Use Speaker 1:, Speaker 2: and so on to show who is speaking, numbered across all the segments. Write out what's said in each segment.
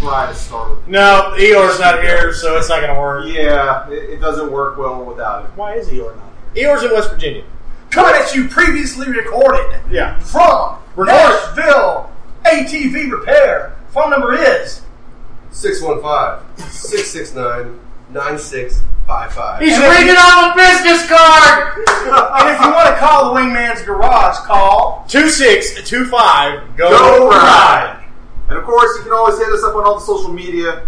Speaker 1: try to start with.
Speaker 2: No, Eeyore's not here, so it's not going to work.
Speaker 1: Yeah, it, it doesn't work well without him.
Speaker 2: Why is Eeyore not here? Eeyore's in West Virginia.
Speaker 3: Coming at you previously recorded
Speaker 2: Yeah.
Speaker 3: from
Speaker 2: Recorded.
Speaker 3: Nashville ATV Repair. Phone number is
Speaker 4: 615-669-9655.
Speaker 2: He's reading off a business card!
Speaker 3: And if you want to call the Wingman's Garage, call
Speaker 2: 2625, go,
Speaker 1: Go
Speaker 2: ride.
Speaker 1: ride. And of course, you can always hit us up on all the social media,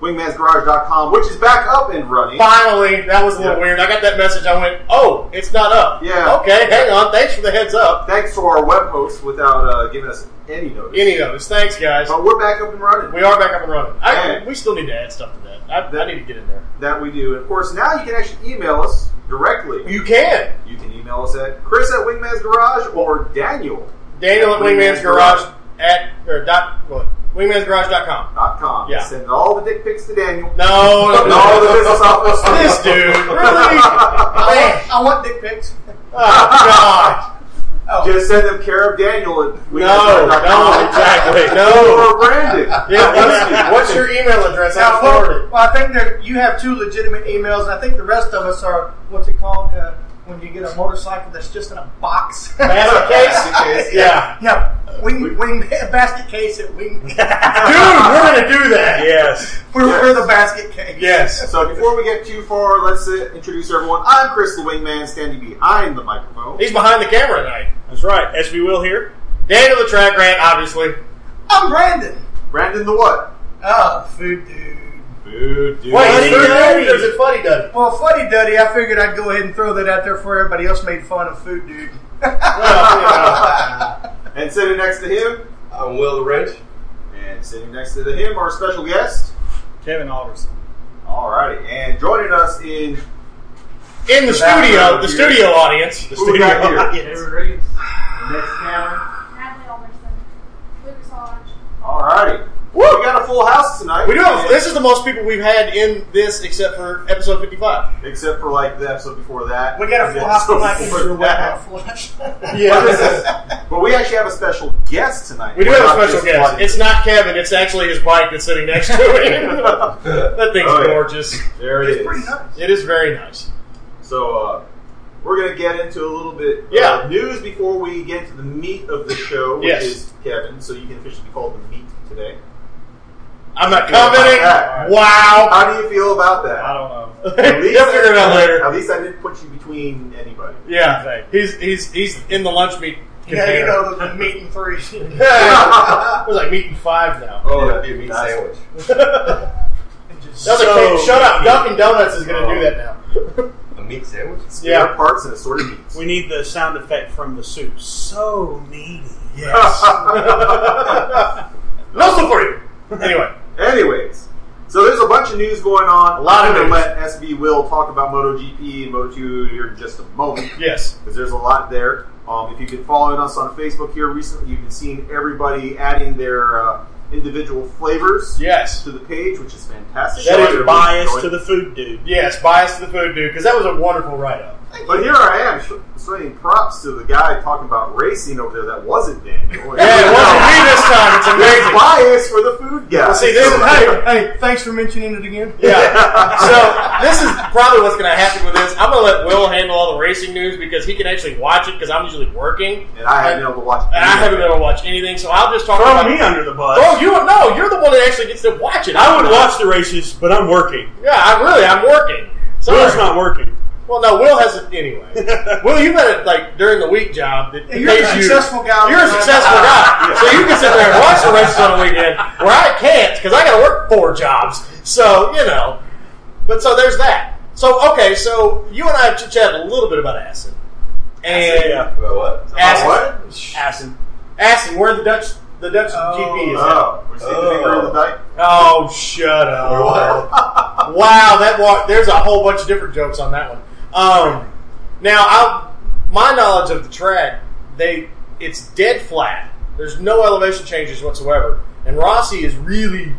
Speaker 1: wingmansgarage.com, which is back up and running.
Speaker 2: Finally, that was a little
Speaker 1: Yeah.
Speaker 2: weird. I got that message. I went, oh, it's not up.
Speaker 1: Yeah.
Speaker 2: Okay, hang on. Thanks for the heads up.
Speaker 1: Thanks to our web hosts without uh, giving us any notice.
Speaker 2: Any notice. Thanks, guys.
Speaker 1: But we're back up and running.
Speaker 2: We are back up and running. I,
Speaker 1: Yeah.
Speaker 2: we still need to add stuff to that. I,
Speaker 1: That-
Speaker 2: I need to get in there.
Speaker 1: That we do. And of course, now you can actually email us directly.
Speaker 2: You can.
Speaker 1: You can email us at Chris at Wingman's Garage or Daniel.com.
Speaker 2: Daniel at
Speaker 1: Wingman's
Speaker 2: Wingman's Garage at, or dot, what? Wingmansgarage.com. Yeah.
Speaker 1: Send all the dick pics to Daniel.
Speaker 2: No, no,
Speaker 1: And all the
Speaker 2: no.
Speaker 1: business office.
Speaker 2: this dude, really? Man.
Speaker 3: I want dick pics.
Speaker 2: Oh, God.
Speaker 1: Just send them care of Daniel at
Speaker 2: No, no, exactly. No.
Speaker 1: Or Brandon.
Speaker 2: Yeah, what's, what's your email address? I'll
Speaker 3: Now, well,
Speaker 2: forward
Speaker 3: well, I think that you have two legitimate emails, and I think the rest of us are what's it called uh, when you get a motorcycle that's just in a box.
Speaker 2: it. Basket
Speaker 4: Basket
Speaker 2: case?
Speaker 4: case.
Speaker 2: Yeah. Uh,
Speaker 3: yeah, wing, wing basket case at wing.
Speaker 2: Dude, we're going to do that. Yes.
Speaker 3: we're, we're the basket case.
Speaker 2: Yes.
Speaker 1: So before we get too far, let's uh, introduce everyone. I'm Chris the Wingman, standing behind the microphone.
Speaker 2: He's behind the camera tonight.
Speaker 5: That's right. SB Will here.
Speaker 2: Daniel the track rat, obviously.
Speaker 3: I'm Brandon.
Speaker 1: Brandon the what?
Speaker 3: Oh, food dude.
Speaker 1: Dude, dude.
Speaker 2: Wait,
Speaker 5: Funny
Speaker 2: is Food
Speaker 5: Duddy.
Speaker 2: Duddy or is it Funny Duddy?
Speaker 3: Well, funny duddy, I figured I'd go ahead and throw that out there before everybody else made fun of food dude.
Speaker 2: Well,
Speaker 1: And sitting next to him,
Speaker 4: I'm Will the Wrench.
Speaker 1: and sitting next to him, our special guest.
Speaker 5: Kevin Alderson.
Speaker 1: Alrighty, and joining us in
Speaker 2: you know. In the studio, the studio audience. The
Speaker 1: Who we
Speaker 2: studio
Speaker 1: got here?
Speaker 2: audience.
Speaker 1: next camera.
Speaker 6: Natalie Alderson, Lucas Hodge.
Speaker 1: Alrighty. We got a full house tonight.
Speaker 2: We do have,
Speaker 1: And-
Speaker 2: this is the most people we've had in this except for episode 55.
Speaker 1: except for like the episode before that.
Speaker 3: We got a
Speaker 1: and
Speaker 3: full
Speaker 1: the
Speaker 3: house
Speaker 1: episode
Speaker 3: tonight.
Speaker 1: before
Speaker 3: Mr.
Speaker 1: that.
Speaker 3: Wet Flush.
Speaker 1: But, this is- but we actually have a special guest tonight.
Speaker 2: We do
Speaker 1: We're
Speaker 2: have
Speaker 1: not
Speaker 2: a special
Speaker 1: just
Speaker 2: guest.
Speaker 1: funny.
Speaker 2: It's not Kevin, it's actually his bike that's sitting next to him. that thing's
Speaker 1: Oh, yeah.
Speaker 2: gorgeous.
Speaker 1: there it
Speaker 3: it's
Speaker 1: is.
Speaker 3: pretty nice.
Speaker 2: It is very nice.
Speaker 1: So uh, we're going to get into a little bit uh,
Speaker 2: Yeah.
Speaker 1: news before we get to the meat of the show, which
Speaker 2: Yes.
Speaker 1: is Kevin. So you can officially be called the meat today.
Speaker 2: I'm not
Speaker 1: Yeah,
Speaker 2: commenting.
Speaker 1: alright.
Speaker 2: Wow.
Speaker 1: How do you feel about that?
Speaker 5: I don't know.
Speaker 2: You'll figure it out later.
Speaker 1: At least I didn't put you between anybody.
Speaker 2: Yeah, he's he's he's in the lunch meat
Speaker 3: Yeah,
Speaker 2: container.
Speaker 3: you know the, the meat and three.
Speaker 2: Yeah. We're like meeting five now.
Speaker 4: Oh, that'd be a meat
Speaker 1: nice.
Speaker 4: sandwich.
Speaker 3: Just-
Speaker 2: That's
Speaker 5: So-
Speaker 2: okay. Shut up. Dunkin' Donuts is going to do that now.
Speaker 4: A meat sandwich?
Speaker 1: Yeah.
Speaker 2: Yeah.
Speaker 1: parts and assorted meats.
Speaker 5: We need the sound effect from the soup. So meaty.
Speaker 2: No soup for you. Anyway,
Speaker 1: Anyways, so there's a bunch of news going on.
Speaker 2: A lot of
Speaker 1: I'm
Speaker 2: news.
Speaker 1: gonna let SB Will talk about MotoGP and Moto2 here in just a moment
Speaker 2: yes.
Speaker 1: because there's a lot there. Um, if you've been following us on Facebook here recently, you've been seeing everybody adding their uh, individual flavors
Speaker 2: Yes.
Speaker 1: to the page, which is fantastic.
Speaker 5: That
Speaker 1: So
Speaker 5: is
Speaker 1: everyone's
Speaker 5: biased
Speaker 1: going-
Speaker 5: to the food dude.
Speaker 2: Yes, bias to the food dude, because that was a wonderful write up.
Speaker 1: But here I am sh- showing props to the guy talking about racing over there that wasn't Daniel.
Speaker 2: Yeah, it wasn't me this time. It's
Speaker 1: There's
Speaker 2: amazing.
Speaker 1: bias for the food guy.
Speaker 2: See, this is
Speaker 3: hey, hey, thanks for mentioning it again.
Speaker 2: Yeah. So this is probably what's going to happen with this. I'm going to let Will handle all the racing news because he can actually watch it because I'm usually working.
Speaker 1: and I haven't been able to watch.
Speaker 2: And
Speaker 1: any
Speaker 2: I
Speaker 1: of
Speaker 2: haven't
Speaker 1: it.
Speaker 2: been able to watch anything, so I'll just talk
Speaker 5: Throw
Speaker 2: about
Speaker 5: me under the bus.
Speaker 2: Oh, you no, you're the one that actually gets to watch it.
Speaker 5: I would watch the races, but I'm working.
Speaker 2: Yeah, I really, I'm working. Sorry.
Speaker 5: Will's not working.
Speaker 2: Well, no, Will has it anyway. Will, you got it like during the week job that
Speaker 3: You're a
Speaker 2: pays you-
Speaker 3: successful guy.
Speaker 2: You're a successful guy, so you can sit there and watch the races on the weekend, where I can't because I got to work four jobs. So you know, but so there's that. So okay, so you and I have chit chatted a little bit about acid, and
Speaker 5: Yeah.
Speaker 4: About what?
Speaker 2: acid,
Speaker 1: What?
Speaker 5: Acid.
Speaker 2: acid, where the Dutch the Dutch
Speaker 3: Oh.
Speaker 2: GP is. at.
Speaker 1: Oh, we're seeing the finger in the dike.
Speaker 2: Oh, shut
Speaker 4: Or
Speaker 2: up!
Speaker 4: what?
Speaker 2: Wow, that wa- there's a whole bunch of different jokes on that one. Um, now, I, my knowledge of the track, they it's dead flat. There's no elevation changes whatsoever, and Rossi is really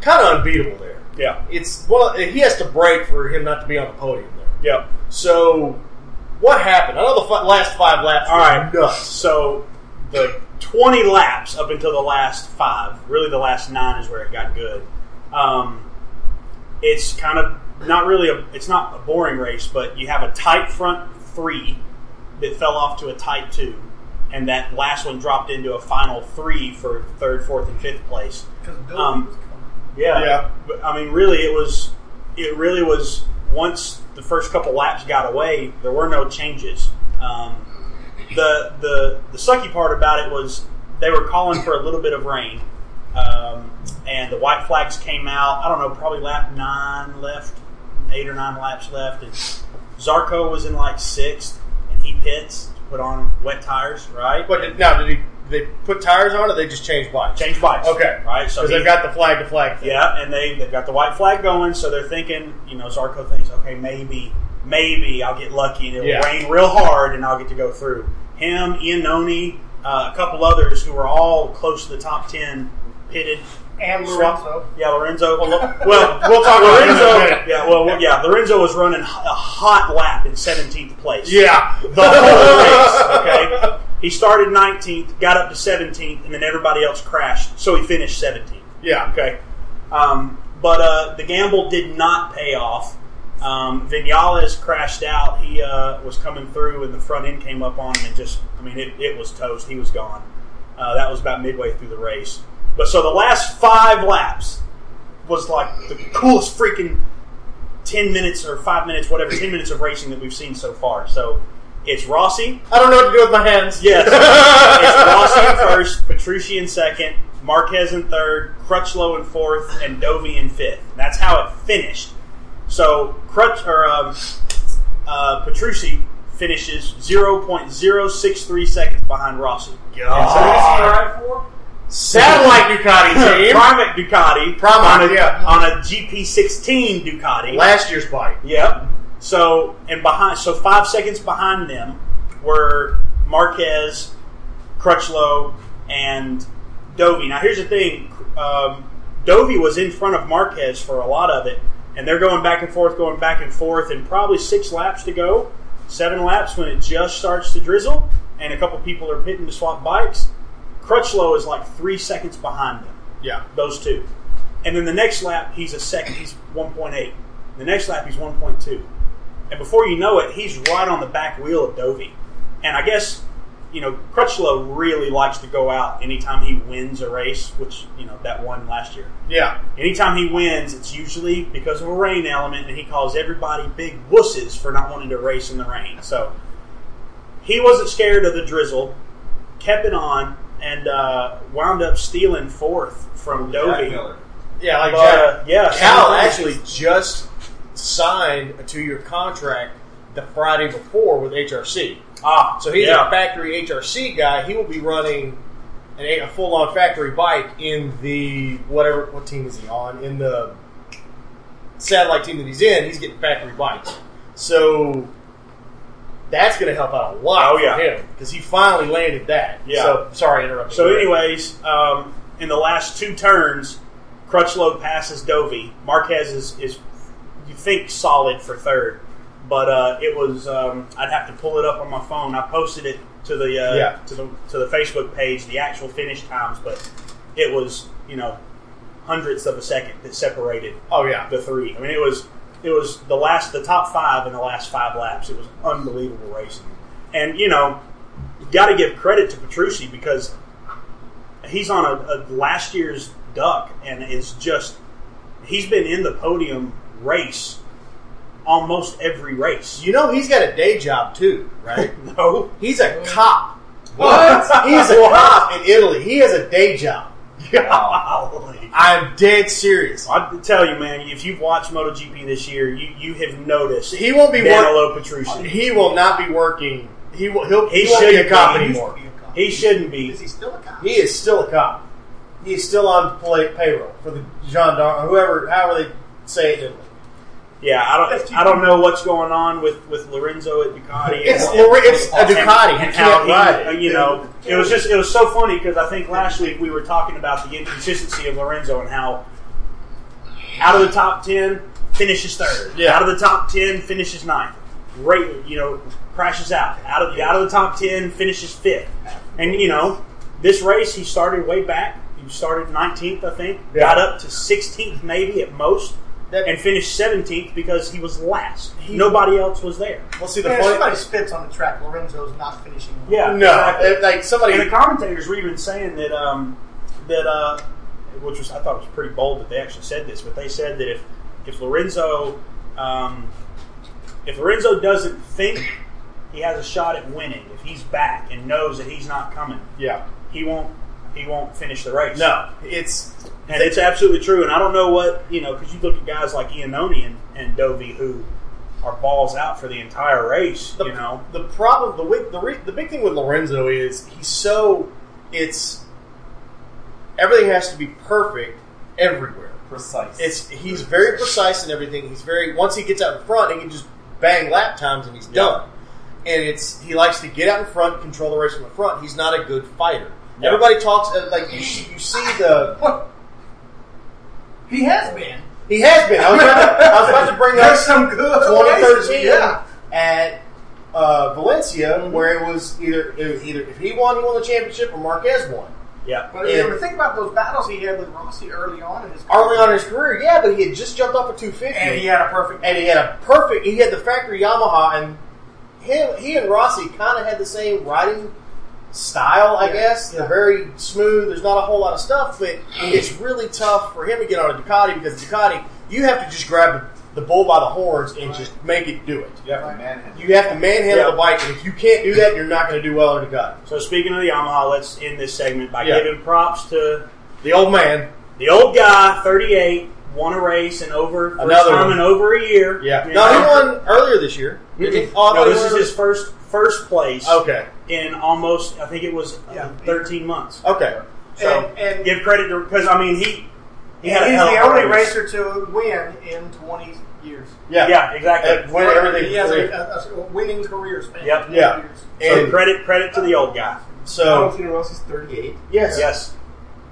Speaker 2: kind of unbeatable there.
Speaker 5: Yeah.
Speaker 2: It's well, he has to break for him not to be on the podium there.
Speaker 5: Yeah.
Speaker 2: So, what happened? I know the f- last five laps.
Speaker 5: All right.
Speaker 2: were nuts.
Speaker 5: So the 20 laps up until the last five. Really, the last nine is where it got good. Um, it's kind of not really a it's not a boring race, but you have a tight front three that fell off to a tight two, and that last one dropped into a final three for third, fourth, and fifth place.
Speaker 3: Because Bill
Speaker 5: Um,
Speaker 3: was coming.
Speaker 5: Yeah.
Speaker 2: Yeah.
Speaker 5: But, I mean, really, it was. It really was. Once the first couple laps got away, there were no changes. Um, the the the sucky part about it was they were calling for a little bit of rain, um, and the white flags came out. I don't know, probably lap nine left, eight or nine laps left, and Zarco was in like sixth, and he pits to put on wet tires, right?
Speaker 2: But did, now, did, he, did they put tires on, or they just change bikes?
Speaker 5: Change bikes,
Speaker 2: Okay.
Speaker 5: right? So
Speaker 2: Because
Speaker 5: he-
Speaker 2: they've got the flag to flag thing.
Speaker 5: Yeah, and they they've got the white flag going, so they're thinking, you know, Zarco thinks, okay, maybe, maybe I'll get lucky and it'll
Speaker 2: Yeah.
Speaker 5: rain real hard and I'll get to go through. Him, Ian Noni, uh, a couple others who were all close to the top ten, pitted.
Speaker 3: And
Speaker 5: swapped-
Speaker 3: Lorenzo.
Speaker 5: Yeah, Lorenzo. Well,
Speaker 2: we'll talk about it in a
Speaker 5: Lorenzo.
Speaker 2: minute.
Speaker 5: Yeah, well, yeah, Lorenzo was running h- a hot lap in 17th place
Speaker 2: Yeah.
Speaker 5: the whole race. Okay, he started 19th, got up to 17th, and then everybody else crashed, so he finished 17th.
Speaker 2: Yeah.
Speaker 5: Okay. Um, but uh, the gamble did not pay off. Um, Vinales crashed out. He uh, was coming through, and the front end came up on him, and just, I mean, it, it was toast. He was gone. Uh, that was about midway through the race. But so the last five laps was like the coolest freaking 10 minutes or five minutes, whatever, 10 minutes of racing that we've seen so far. So it's Rossi.
Speaker 2: I don't know what to do with my hands.
Speaker 5: Yes. it's Rossi in first, Petrucci in second, Marquez in third, Crutchlow in fourth, and Dovey in fifth. That's how it finished. So Crutch or um, uh, Petrucci finishes 0.063 seconds behind Rossi. Ah.
Speaker 2: Sound like Ducati team.
Speaker 5: Private Ducati
Speaker 2: Private,
Speaker 5: on, a,
Speaker 2: yeah.
Speaker 5: on a GP16 Ducati.
Speaker 2: Last year's bike.
Speaker 5: Yep. So and behind, so five seconds behind them were Marquez, Crutchlow, and Dovey. Now here's the thing: um, Dovey was in front of Marquez for a lot of it, and they're going back and forth, going back and forth, and probably six laps to go, seven laps when it just starts to drizzle, and a couple people are pitting to swap bikes. Crutchlow is like three seconds behind them
Speaker 2: Yeah.
Speaker 5: those two. And then the next lap, he's a second. He's 1.8. The next lap, he's 1.2. And before you know it, he's right on the back wheel of Dovey. And I guess, you know, Crutchlow really likes to go out anytime he wins a race, which, you know, that one last year.
Speaker 2: Yeah.
Speaker 5: Anytime he wins, it's usually because of a rain element, and he calls everybody big wusses for not wanting to race in the rain. So he wasn't scared of the drizzle, kept it on, and uh, wound up stealing fourth from
Speaker 4: Jack
Speaker 5: Dovey.
Speaker 4: Miller.
Speaker 2: Yeah, like
Speaker 5: But,
Speaker 2: Jack-
Speaker 5: uh, yeah,
Speaker 2: Cal
Speaker 5: so-
Speaker 2: actually just signed a two-year contract the Friday before with HRC.
Speaker 5: Ah,
Speaker 2: So he's
Speaker 5: yeah.
Speaker 2: a factory HRC guy. He will be running an, a full-on factory bike in the whatever. What team is he on? In the satellite team that he's in, he's getting factory bikes. So that's going to help out a lot
Speaker 5: Oh, yeah.
Speaker 2: for him because he finally landed that.
Speaker 5: Yeah.
Speaker 2: So sorry, interrupting.
Speaker 5: So,
Speaker 2: you.
Speaker 5: anyways, um, in the last two turns, Crutchlow passes Dovey. Marquez is, is you think, solid for third, but uh, it was um, I'd have to pull it up on my phone. I posted it to the uh,
Speaker 2: Yeah.
Speaker 5: to the to the Facebook page, the actual finish times, but it was you know hundredths of a second that separated
Speaker 2: Oh yeah.
Speaker 5: the three. I mean, it was it was the last the top five in the last five laps. It was unbelievable racing, and you know, you got to give credit to Petrucci because he's on a, a last year's duck, and it's just he's been in the podium race almost every race.
Speaker 2: You know he's got a day job too, right?
Speaker 5: know,
Speaker 2: He's a cop.
Speaker 4: What?
Speaker 2: He's a cop in Italy. He has a day job.
Speaker 5: golly.
Speaker 2: I'm dead serious.
Speaker 5: I tell you, man, if you've watched MotoGP this year, you, you have noticed
Speaker 2: He won't be working.
Speaker 5: Danilo Petrucci.
Speaker 2: He will not be working. He will. He'll,
Speaker 5: He
Speaker 2: he won't be
Speaker 5: shouldn't
Speaker 2: a cop
Speaker 5: be.
Speaker 2: anymore.
Speaker 3: He used to be a cop.
Speaker 5: He shouldn't be.
Speaker 3: Is he still a cop?
Speaker 2: He is still a cop. He is still on play, payroll for the gendarme, or whoever, however they say it. in Italy.
Speaker 5: Yeah, I don't. I don't know what's going on with with Lorenzo at Ducati.
Speaker 2: It's
Speaker 5: and,
Speaker 2: Lor- it's a
Speaker 5: and-
Speaker 2: Ducati.
Speaker 5: and
Speaker 2: You
Speaker 5: how
Speaker 2: can't
Speaker 5: he-
Speaker 2: ride it.
Speaker 5: You know, it was just it was so funny because I think last week we were talking about the inconsistency of Lorenzo and how out of the top ten finishes third,
Speaker 2: Yeah.
Speaker 5: out of the top ten finishes ninth, right? You know, crashes out out of out of the top ten finishes fifth, And you know, this race he started way back. He started 19th, I think.
Speaker 2: Yeah.
Speaker 5: Got up to 16th, maybe at most,
Speaker 2: That-
Speaker 5: and finished 17th because he was last.
Speaker 2: He-
Speaker 5: Nobody else was there.
Speaker 2: Well, see the
Speaker 3: Man, if somebody
Speaker 2: funny.
Speaker 3: spits on the track. Lorenzo's not finishing.
Speaker 5: Yeah,
Speaker 2: No, if, like somebody.
Speaker 5: And the commentators were even saying that um, that uh, which was I thought was pretty bold that they actually said this, but they said that if if Lorenzo um, if Lorenzo doesn't think he has a shot at winning, if he's back and knows that he's not coming,
Speaker 2: yeah.
Speaker 5: he won't he won't finish the race.
Speaker 2: No, it's
Speaker 5: and it's absolutely true. And I don't know what you know because you look at guys like Iannone and, and Dovey who are balls out for the entire race.
Speaker 2: the,
Speaker 5: you know,
Speaker 2: the problem. The wi- the re- the big thing with Lorenzo is he's so it's everything has to be perfect everywhere.
Speaker 4: Precise.
Speaker 2: It's he's very precise in everything. He's very once he gets out in front, he can just bang lap times and he's done. And it's he likes to get out in front, control the race from the front. He's not a good fighter.
Speaker 5: Yeah.
Speaker 2: Everybody talks uh, like you, see- you see the
Speaker 3: What? He has been.
Speaker 2: he has been. I was about to, I was about to bring up
Speaker 3: There's some good.
Speaker 2: 2013
Speaker 3: Yeah.
Speaker 2: at uh, Valencia, where it was either it was either if he won, he won the championship, or Marquez won.
Speaker 5: yeah,
Speaker 3: But
Speaker 2: Yeah.
Speaker 3: you know, think about those battles he had with Rossi early on in his
Speaker 2: Early on in his career, yeah, but he had just jumped off a 250,
Speaker 3: and he had a perfect.
Speaker 2: and he had a perfect. He had the factory Yamaha, and him, he and Rossi kind of had the same riding style, I
Speaker 3: Yeah.
Speaker 2: guess. They're
Speaker 3: Yeah.
Speaker 2: very smooth. There's not a whole lot of stuff, but it's really tough for him to get on a Ducati because Ducati, you have to just grab the bull by the horns and just make it do it.
Speaker 4: you have to manhandle.
Speaker 2: You have to manhandle
Speaker 5: Yeah.
Speaker 2: the bike, and if you can't do that, you're not going to do well under God.
Speaker 5: So speaking of the Yamaha, let's end this segment by
Speaker 2: Yeah.
Speaker 5: giving props to
Speaker 2: The old man.
Speaker 5: the old guy, 38, won a race in over first
Speaker 2: Another
Speaker 5: time
Speaker 2: one.
Speaker 5: in over a year.
Speaker 2: Yeah.
Speaker 5: You
Speaker 2: No, he
Speaker 5: know?
Speaker 2: won earlier this year. Did he? Oh, I thought
Speaker 5: No,
Speaker 2: he
Speaker 5: this
Speaker 2: won
Speaker 5: is his first first place
Speaker 2: earlier. Okay.
Speaker 5: in almost I think it was uh,
Speaker 3: Yeah.
Speaker 5: 13 months.
Speaker 2: Okay.
Speaker 5: So
Speaker 3: and, and
Speaker 5: give credit to because I mean he he had a
Speaker 3: he's
Speaker 5: hell of
Speaker 3: the
Speaker 5: a
Speaker 3: only
Speaker 5: race.
Speaker 3: racer to win in 20 years.
Speaker 2: Yeah.
Speaker 5: Yeah, exactly.
Speaker 2: And win everything.
Speaker 3: He has
Speaker 2: free.
Speaker 3: a, a, a winning career span.
Speaker 5: Yep.
Speaker 3: 20
Speaker 2: Yeah.
Speaker 3: years.
Speaker 5: so
Speaker 2: And
Speaker 5: credit credit to the old guy.
Speaker 2: so,
Speaker 4: Valentino Rossi's 38,
Speaker 2: yes.
Speaker 5: Yes,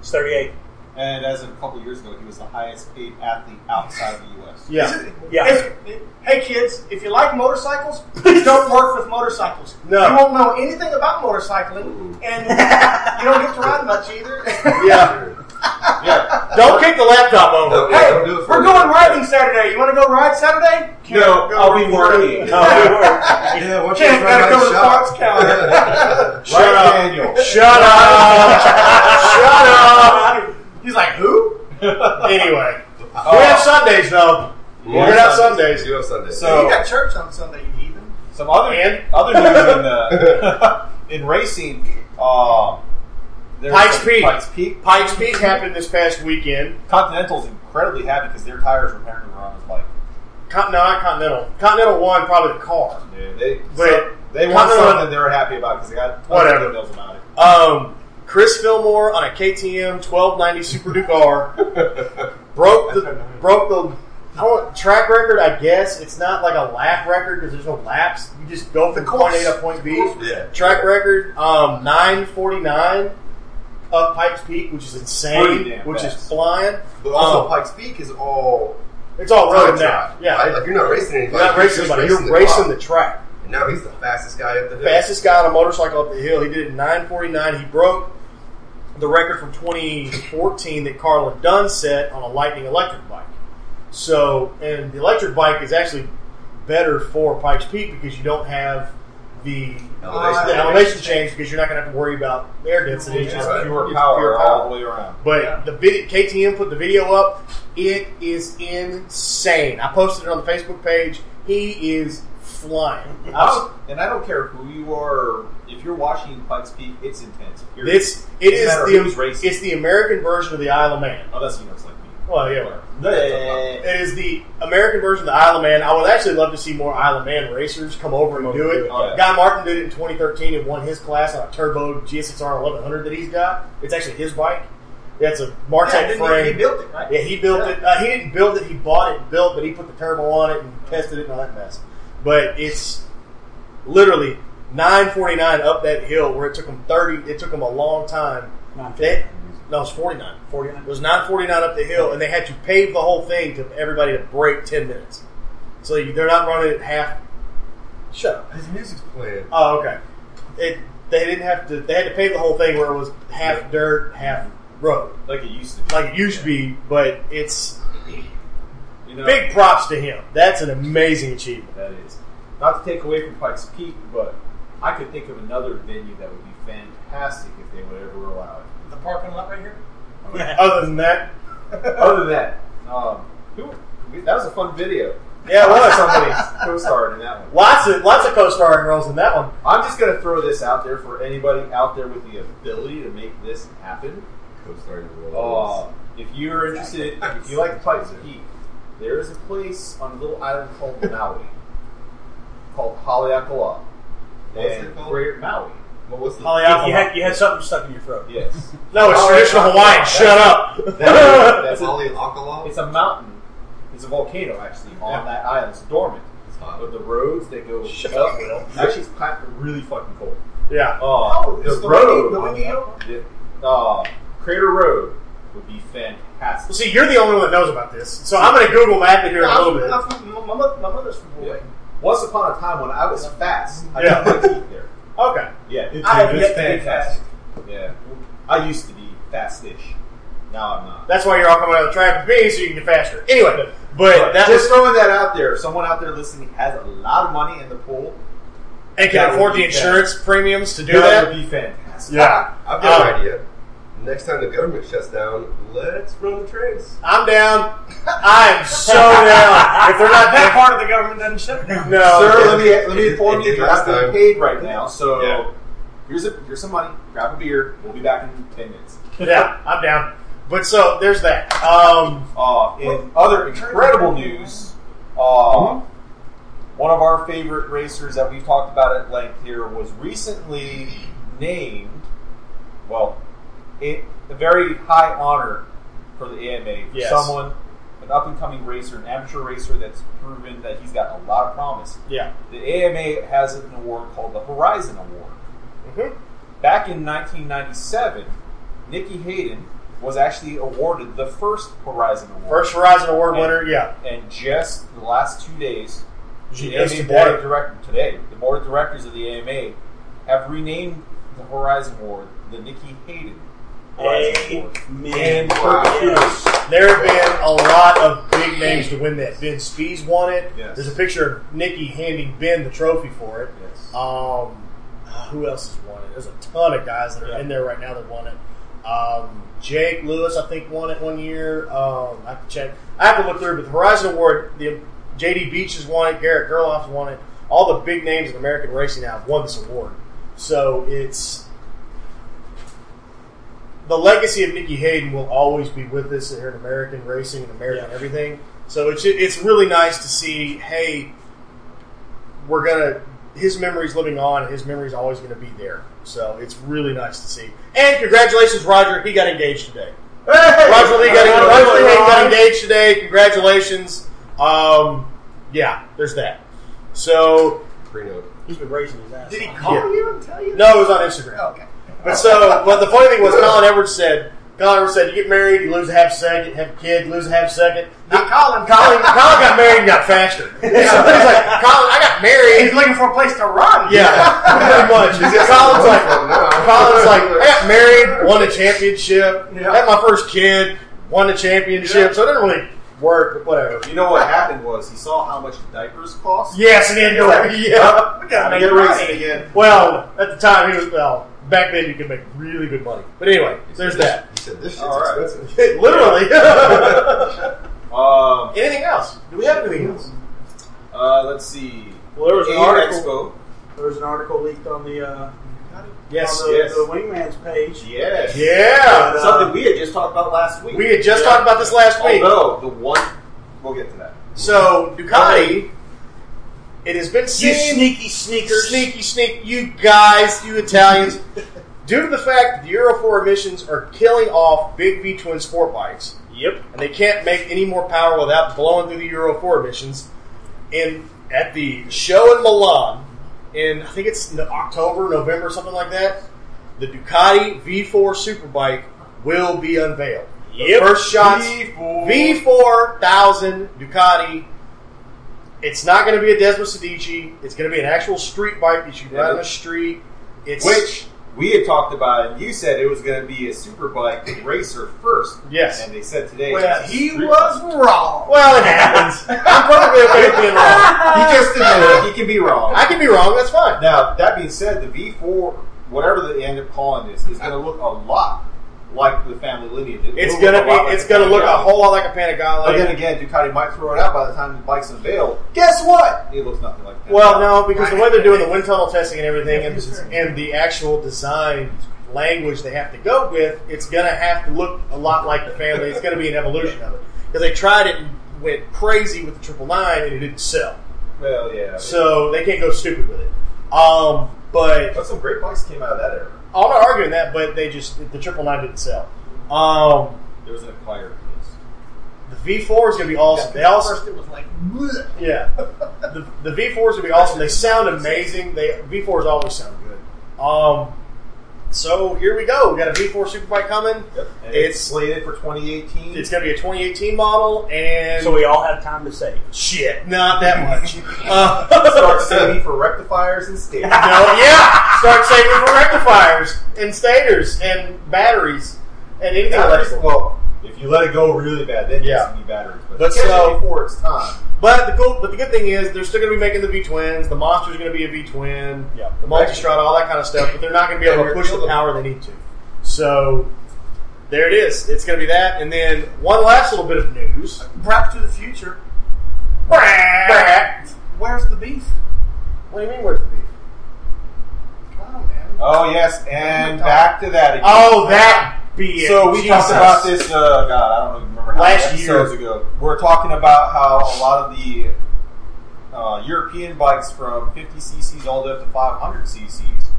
Speaker 5: he's 38.
Speaker 1: And as of a couple years ago, he was the highest paid athlete outside of the U.S.
Speaker 2: Yeah.
Speaker 3: Is it-
Speaker 5: Yeah.
Speaker 3: is- hey kids, if you like motorcycles, please don't work with motorcycles.
Speaker 2: No.
Speaker 3: You won't know anything about motorcycling, and you don't get to ride much either.
Speaker 2: Yeah. yeah. Don't kick the laptop over.
Speaker 4: No,
Speaker 3: hey,
Speaker 4: don't do it for
Speaker 3: we're
Speaker 4: me.
Speaker 3: going riding Saturday. You want to go ride Saturday?
Speaker 7: No, I'll be working.
Speaker 5: No, good work.
Speaker 4: Yeah, watch
Speaker 3: Can't
Speaker 4: out
Speaker 3: gotta
Speaker 4: for
Speaker 3: go to the
Speaker 4: shop.
Speaker 3: parts counter.
Speaker 2: Shut
Speaker 1: Right,
Speaker 2: up.
Speaker 1: Daniel.
Speaker 2: Shut up. Shut up.
Speaker 3: He's like, who?
Speaker 2: Anyway. we have Sundays, though.
Speaker 4: Yeah,
Speaker 2: We're not
Speaker 4: Sundays.
Speaker 2: Sundays.
Speaker 4: You have Sundays.
Speaker 1: So-
Speaker 3: You got church on Sunday, you heathen.
Speaker 1: Some other
Speaker 2: And?
Speaker 1: other news in, uh, in racing. Um, there's
Speaker 2: Uh, Pikes
Speaker 1: some-
Speaker 2: Peak.
Speaker 1: Pikes Peak.
Speaker 2: Pikes Peak happened this past weekend.
Speaker 1: Continental's incredibly happy because their tires were apparently were on his bike.
Speaker 2: Con- no, not Continental. Continental won probably the car.
Speaker 1: Yeah, they
Speaker 2: But
Speaker 1: they want
Speaker 2: Continental-
Speaker 1: something they were happy about because they got tons
Speaker 2: Whatever.
Speaker 1: of emails about it.
Speaker 2: Um, Chris Fillmore on a KTM 1290 Super Duke R broke the broke the I don't- track record. I guess it's not like a lap record because there's no laps. You just go from point A to point B.
Speaker 4: Yeah.
Speaker 2: Track record um, 949 up Pikes Peak, which is
Speaker 1: Pretty
Speaker 2: insane,
Speaker 1: damn
Speaker 2: which is
Speaker 1: fast.
Speaker 2: flying.
Speaker 4: But also,
Speaker 2: Um,
Speaker 4: Pikes Peak is all
Speaker 2: it's all
Speaker 4: road
Speaker 2: road now.
Speaker 4: track.
Speaker 2: Yeah,
Speaker 4: right? like you're not racing anybody.
Speaker 2: you're not racing,
Speaker 4: just
Speaker 2: anybody. you're racing the
Speaker 4: clock.
Speaker 2: track.
Speaker 4: and now he's the fastest guy up the hill.
Speaker 2: fastest guy on a motorcycle up the hill. He did it in 9:49. He broke the record from 2014 that Carlin Dunn set on a Lightning electric bike. So, and the electric bike is actually better for Pikes Peak because you don't have the
Speaker 4: Elevation.
Speaker 2: the elevation change because you're not going to have to worry about air density.
Speaker 1: It's
Speaker 2: It's
Speaker 1: just
Speaker 2: just-
Speaker 4: Right.
Speaker 1: pure
Speaker 2: it's
Speaker 1: power,
Speaker 2: pure
Speaker 1: all the way around.
Speaker 2: But the video, KTM put the video up. It is insane. I posted it on the Facebook page. He is flying.
Speaker 1: I don't- and I don't care who you are. If you're watching Pikes Peak, it's intense. Period.
Speaker 2: It's it
Speaker 1: No
Speaker 2: is
Speaker 1: matter who's
Speaker 2: the
Speaker 1: racing.
Speaker 2: it's the American version of the Isle of Man.
Speaker 1: unless you know it's like me.
Speaker 2: Well, yeah, whatever.
Speaker 1: Bleh.
Speaker 2: it is the American version of the Isle of Man. I would actually love to see more Isle of Man racers come over and do it.
Speaker 1: yeah.
Speaker 2: Guy Martin did it in 2013 and won his class on a turbo GSXR 1100 that he's got. It's actually his bike. That's a
Speaker 3: Yeah,
Speaker 2: Martech
Speaker 3: didn't he, he
Speaker 2: frame.
Speaker 3: built it, right?
Speaker 2: yeah, he built
Speaker 3: Yeah.
Speaker 2: it. Uh, he didn't build it. He bought it, and built, but he put the turbo on it and tested it and all that mess. But it's literally 949 up that hill where it took him 30. It took him a long time they, no, it was 49.
Speaker 5: 49.
Speaker 2: It was 949 up the hill, and they had to pave the whole thing to everybody to break 10 minutes. So you- they're not running at half. Shut up.
Speaker 4: His music's playing.
Speaker 2: Oh, okay. It They didn't have to. They had to pave the whole thing where it was half dirt, half road,
Speaker 1: like it used to be.
Speaker 2: like it used to be. But it's
Speaker 1: You know,
Speaker 2: big props to him. That's an amazing achievement.
Speaker 1: That is. Not to take away from Pikes Peak, but I could think of another venue that would be fantastic if they would ever allow it.
Speaker 3: The parking lot right here.
Speaker 2: Other than that,
Speaker 1: Other than that, um, who, we- that was a fun video.
Speaker 2: yeah, it was.
Speaker 1: Somebody co-starred in that one.
Speaker 2: Lots of lots of co-starring roles in that one.
Speaker 1: Um, I'm just going to throw this out there for anybody out there with the ability to make this happen.
Speaker 4: Co-starring the
Speaker 1: Uh, if you're interested, if you like Pikes Peak, there is a place on a little island called Maui, called Haleakala.
Speaker 4: What's
Speaker 1: And
Speaker 4: it called?
Speaker 1: Great Maui.
Speaker 4: What was the
Speaker 5: If you had, you had something stuck in your throat.
Speaker 1: Yes.
Speaker 2: No, it's
Speaker 1: Oh,
Speaker 2: traditional
Speaker 1: yeah.
Speaker 2: Hawaiian.
Speaker 1: That's-
Speaker 2: Shut up.
Speaker 1: That- that's a,
Speaker 4: Poly Alkaloff?
Speaker 1: it's a mountain. It's a volcano actually on
Speaker 2: Yeah.
Speaker 1: that island. It's dormant.
Speaker 4: It's hot.
Speaker 1: But the roads that go
Speaker 2: Shut
Speaker 1: up,
Speaker 2: up, Will.
Speaker 1: actually it's kind of really fucking cold.
Speaker 2: yeah.
Speaker 1: Uh,
Speaker 3: Oh, it's the
Speaker 1: road,
Speaker 3: Windy- the Windy Hill?
Speaker 1: the, uh, Crater Road would be fantastic.
Speaker 2: Well, see, you're the only one that knows about this, so I'm going to Google Map it here in a little bit.
Speaker 3: I'm from- my, mother, my mother's from Hawaii.
Speaker 1: Yeah. Once upon a time when I was fast, I
Speaker 2: Yeah.
Speaker 1: cut my teeth there.
Speaker 2: Okay.
Speaker 1: Yeah, it's,
Speaker 3: I have
Speaker 1: it's
Speaker 3: yet to be fast.
Speaker 1: Yeah, I used to be fast-ish. Now I'm not.
Speaker 2: That's why you're all coming out of the traffic with me, so you can get faster. Anyway, but that
Speaker 1: just
Speaker 2: was
Speaker 1: throwing that out there. If someone out there listening has a lot of money in the pool,
Speaker 2: and
Speaker 1: that
Speaker 2: can afford
Speaker 1: would
Speaker 2: the
Speaker 1: be bad.
Speaker 2: insurance premiums to do
Speaker 1: that
Speaker 2: that.
Speaker 1: would be fantastic.
Speaker 2: Yeah,
Speaker 4: I've got
Speaker 2: Um,
Speaker 4: an idea. Next time the government shuts down, let's run the trains.
Speaker 2: I'm down. I am so down. If they're
Speaker 3: That
Speaker 2: not that
Speaker 3: part of the government doesn't shut down.
Speaker 2: far, no.
Speaker 1: Sir,
Speaker 4: yeah.
Speaker 1: let me let me
Speaker 4: It-
Speaker 1: inform
Speaker 4: it
Speaker 1: you,
Speaker 4: did
Speaker 1: you're
Speaker 4: last
Speaker 1: not being
Speaker 4: time.
Speaker 1: paid right now. So
Speaker 4: Yeah.
Speaker 1: here's a here's some money. Grab a beer. We'll be back in ten minutes.
Speaker 2: Yeah, I'm down. But so there's that. Um,
Speaker 1: Uh, in other incredible news, uh,
Speaker 2: Uh-huh.
Speaker 1: one of our favorite racers that we've talked about at length here was recently named, well, it, a very high honor for the AMA for
Speaker 2: Yes.
Speaker 1: someone, an up and coming racer, an amateur racer that's proven that he's got a lot of promise.
Speaker 2: yeah.
Speaker 1: The AMA has an award called the Horizon Award.
Speaker 2: Mhm.
Speaker 1: Back in 1997, Nikki Hayden was actually awarded the first Horizon Award.
Speaker 2: First Horizon Award winner. Yeah.
Speaker 1: And just the last two days,
Speaker 2: She
Speaker 1: the
Speaker 2: is
Speaker 1: AMA
Speaker 2: today.
Speaker 1: board of directors today, the board of directors of the AMA have renamed the Horizon Award the Nikki Hayden Horizon Award.
Speaker 5: Amen.
Speaker 1: And
Speaker 4: Wow.
Speaker 5: Yes.
Speaker 2: There have been a lot of big names to win that. Ben Spees won it.
Speaker 1: Yes.
Speaker 2: There's a picture of Nikki handing Ben the trophy for it.
Speaker 1: Yes.
Speaker 2: Um, uh, who else has won it? There's a ton of guys that are in there right now that won it. Um, Jake Lewis, I think, won it one year. Um, I have to check. I have to look through. But the Horizon Award, the JD Beach has won it. Garrett Gerloff's won it. All the big names in American racing now have won this award. So it's the legacy of Nikki Hayden will always be with us here in American racing and American
Speaker 5: Yeah.
Speaker 2: everything. So it's it's really nice to see. Hey, we're gonna his memory's living on. and His memory's always gonna be there. So it's really nice to see. And congratulations, Roger. He got engaged today. Roger Lee got, Roger Lee got engaged today. Congratulations. Um, yeah, there's that. So
Speaker 4: Free note.
Speaker 5: He's been raising his ass.
Speaker 3: Did he
Speaker 5: off.
Speaker 3: call
Speaker 2: Yeah.
Speaker 3: you and tell you?
Speaker 2: no, it was on Instagram.
Speaker 3: Oh, okay.
Speaker 2: But so, but the funny thing was, Colin Edwards said, Colin Edwards said, you get married, you lose a half second, have a kid, lose a half second.
Speaker 3: Not Colin.
Speaker 2: Colin, Colin got married and got faster. So he's like, Colin, I got
Speaker 3: He's
Speaker 2: married.
Speaker 3: looking for a place to run.
Speaker 2: Yeah, pretty much. Colin's like, Colin's like, I got married, won a championship,
Speaker 3: Yeah.
Speaker 2: had my first kid, won the championship, so it didn't really work, but whatever.
Speaker 1: You know what happened was he saw how much diapers cost.
Speaker 2: Yes, and he didn't do it. Yeah.
Speaker 3: We gotta
Speaker 1: I'm
Speaker 3: make
Speaker 1: gonna
Speaker 3: it
Speaker 1: raise
Speaker 3: right.
Speaker 1: it again.
Speaker 2: Well, at the time, he was, well, back then you could make really good money. But anyway, there's that.
Speaker 4: You said this shit's
Speaker 1: All right.
Speaker 4: expensive.
Speaker 2: Literally.
Speaker 1: Um,
Speaker 2: Anything else? Do we have anything else?
Speaker 1: uh, let's see.
Speaker 5: Well, there was an
Speaker 1: AIM
Speaker 5: article.
Speaker 1: Expo.
Speaker 5: There was an article leaked on the uh,
Speaker 2: Yes.
Speaker 5: on the,
Speaker 1: yes.
Speaker 5: the Wingman's page.
Speaker 1: Yes.
Speaker 2: Yeah.
Speaker 5: But, uh,
Speaker 1: Something we had just talked about last week.
Speaker 2: We had just talked about this last week.
Speaker 1: Although the one, we'll get to that.
Speaker 2: So Ducati, it has been
Speaker 5: You
Speaker 2: seen.
Speaker 5: sneaky sneakers.
Speaker 2: sneaky, sneak, you guys, you Italians. Due to the fact that the Euro 4 emissions are killing off big V twin sport bikes,
Speaker 5: Yep.
Speaker 2: and they can't make any more power without blowing through the Euro 4 emissions. And at the show in Milan, in I think it's in October, November, something like that, the Ducati V4 Superbike will be unveiled. The
Speaker 5: Yep.
Speaker 2: first shots V4000 Ducati. It's not going to be a Desmos Sedici. It's going to be an actual street bike that you ride on the street. It's
Speaker 1: which we had talked about, and you said it was going to be a superbike racer first.
Speaker 2: Yes.
Speaker 1: and they said today.
Speaker 3: Well,
Speaker 1: it's a
Speaker 3: he
Speaker 1: street
Speaker 3: was wrong.
Speaker 2: well, it happens. I'm perfectly okay with being wrong.
Speaker 1: bike. He just admitted it. He can be wrong.
Speaker 2: Uh, I can be wrong. That's fine.
Speaker 1: Now that being said, the V4, whatever they end up calling this, is going to look a lot like the family lineage. It
Speaker 2: It's
Speaker 1: will
Speaker 2: gonna
Speaker 1: look a lot
Speaker 2: be.
Speaker 1: like
Speaker 2: It's
Speaker 1: the
Speaker 2: gonna
Speaker 1: family
Speaker 2: look a
Speaker 1: lineage.
Speaker 2: whole lot like a Panigale.
Speaker 1: But then again, Ducati might throw it out by the time the bike's unveiled. Guess what? It looks nothing like that.
Speaker 2: Well, no, because the way they're doing the wind tunnel testing and everything, and, this is- and the actual design language they have to go with, it's going to have to look a lot like the family. It's going to be an evolution of it because they tried it and went crazy with the triple nine, and it didn't sell.
Speaker 1: Well, yeah.
Speaker 2: So they can't go stupid with it. Um, but Oh,
Speaker 1: but some great bikes came out of that era.
Speaker 2: I'm not arguing that, but they just the triple nine didn't sell. Um,
Speaker 1: There was an acquired list.
Speaker 2: the V4 is going to be awesome. They
Speaker 3: At
Speaker 2: also
Speaker 3: first, it was like, bleh.
Speaker 2: Yeah, the, the V4s would be awesome. They sound amazing. They V4s always sound good. Um, so here we go. We got a V4 Superbike coming.
Speaker 1: And it's,
Speaker 2: It's
Speaker 1: slated for 2018.
Speaker 2: it's going to be a 2018 model, and
Speaker 5: So we all have time to save.
Speaker 2: shit, not that much. uh,
Speaker 1: Start saving for rectifiers and stages.
Speaker 2: no, yeah, start saving for rectifiers and stators and batteries and anything electrical.
Speaker 1: well, if you let it go really bad, then
Speaker 2: Yeah.
Speaker 1: yes, you need batteries. But
Speaker 2: Let's
Speaker 1: catch it
Speaker 2: go.
Speaker 1: before it's time.
Speaker 2: But the cool, but the good thing is they're still going to be making the V twins. The monster's going to be a V twin.
Speaker 5: Yeah.
Speaker 2: The multistrada, all that kind of stuff. But they're not going to be able to push the power they need to. So there it is. It's going to be that. And then one last little bit of news.
Speaker 3: Brat to the future.
Speaker 2: Brat.
Speaker 3: Where's the beef?
Speaker 2: What do you mean? Where's the beef?
Speaker 3: Oh man.
Speaker 1: Oh yes, and back to that again.
Speaker 2: Oh, that be it.
Speaker 1: So we
Speaker 2: Jesus.
Speaker 1: talked about this. Uh, God, I don't even remember how
Speaker 2: Last
Speaker 1: many
Speaker 2: year.
Speaker 1: episodes ago. We're talking about how a lot of the uh, European bikes from 50 cc's all the way up to 500 cc's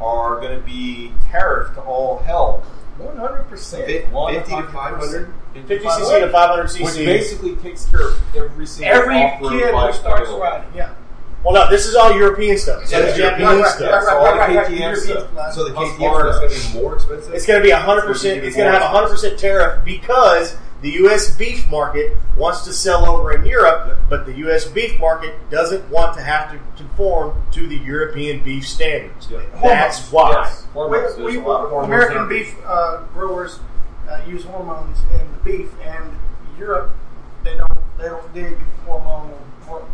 Speaker 1: are going to be tariffed to all hell.
Speaker 4: 100%.
Speaker 1: Fif- 50 to 500,
Speaker 2: 50 cc to 500
Speaker 1: which
Speaker 2: cc.
Speaker 1: basically takes care of every single
Speaker 3: Every
Speaker 1: off-road
Speaker 3: kid who
Speaker 1: bike
Speaker 3: starts
Speaker 1: available.
Speaker 3: riding, yeah.
Speaker 2: Well, no, this is all European stuff. So
Speaker 1: Yeah,
Speaker 2: it's
Speaker 1: yeah,
Speaker 2: Japanese
Speaker 1: right,
Speaker 2: stuff.
Speaker 1: right, right. all the KTM
Speaker 3: European
Speaker 1: stuff.
Speaker 3: class.
Speaker 4: So the
Speaker 1: Plus
Speaker 4: KTM is going to
Speaker 1: Florida.
Speaker 4: be more expensive?
Speaker 2: It's going to be 100%. It's going to have a 100% tariff because the U.S. beef market wants to sell over in Europe, but the U.S. beef market doesn't want to have to conform to the European beef standards.
Speaker 1: Yeah.
Speaker 2: That's why.
Speaker 1: Yes, hormones.
Speaker 3: We,
Speaker 1: There's
Speaker 3: we,
Speaker 1: a lot of hormones in
Speaker 3: American
Speaker 1: everything.
Speaker 3: beef uh, growers uh, use hormones in the beef, and Europe they don't they don't dig hormonal hor-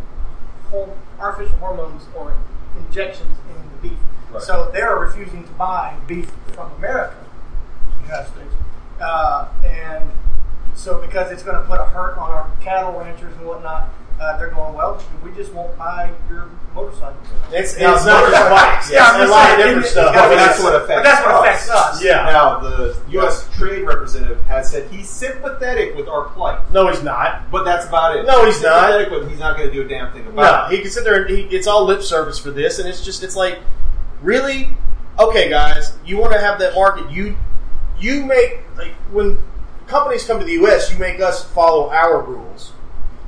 Speaker 3: hor- artificial hormones or injections in the beef.
Speaker 1: Right.
Speaker 3: So they're refusing to buy beef from America, the United States, uh, and so because it's going to put a hurt on our cattle ranchers and whatnot. Uh, they're going well. We just won't buy your motorcycle.
Speaker 2: It's,
Speaker 1: Now,
Speaker 2: it's not just
Speaker 1: motorcycle-
Speaker 2: bikes.
Speaker 1: Yeah,
Speaker 2: it's a lot of
Speaker 3: I'm
Speaker 2: different
Speaker 3: just
Speaker 2: stuff.
Speaker 3: saying,
Speaker 1: But
Speaker 3: it-
Speaker 1: that's what affects
Speaker 3: But that's what
Speaker 1: us.
Speaker 3: affects us.
Speaker 2: yeah.
Speaker 1: Now, the U.S. trade representative has said he's sympathetic with our plight,
Speaker 2: No, he's not.
Speaker 1: but that's about it.
Speaker 2: No, he's not.
Speaker 1: sympathetic with. He's not going to do a damn thing
Speaker 2: No,
Speaker 1: about it.
Speaker 2: he can sit there and he, it's all lip service for this, and it's just it's like, really, okay, guys, you want to have that market? You you make like when companies come to the U.S., you make us follow our rules,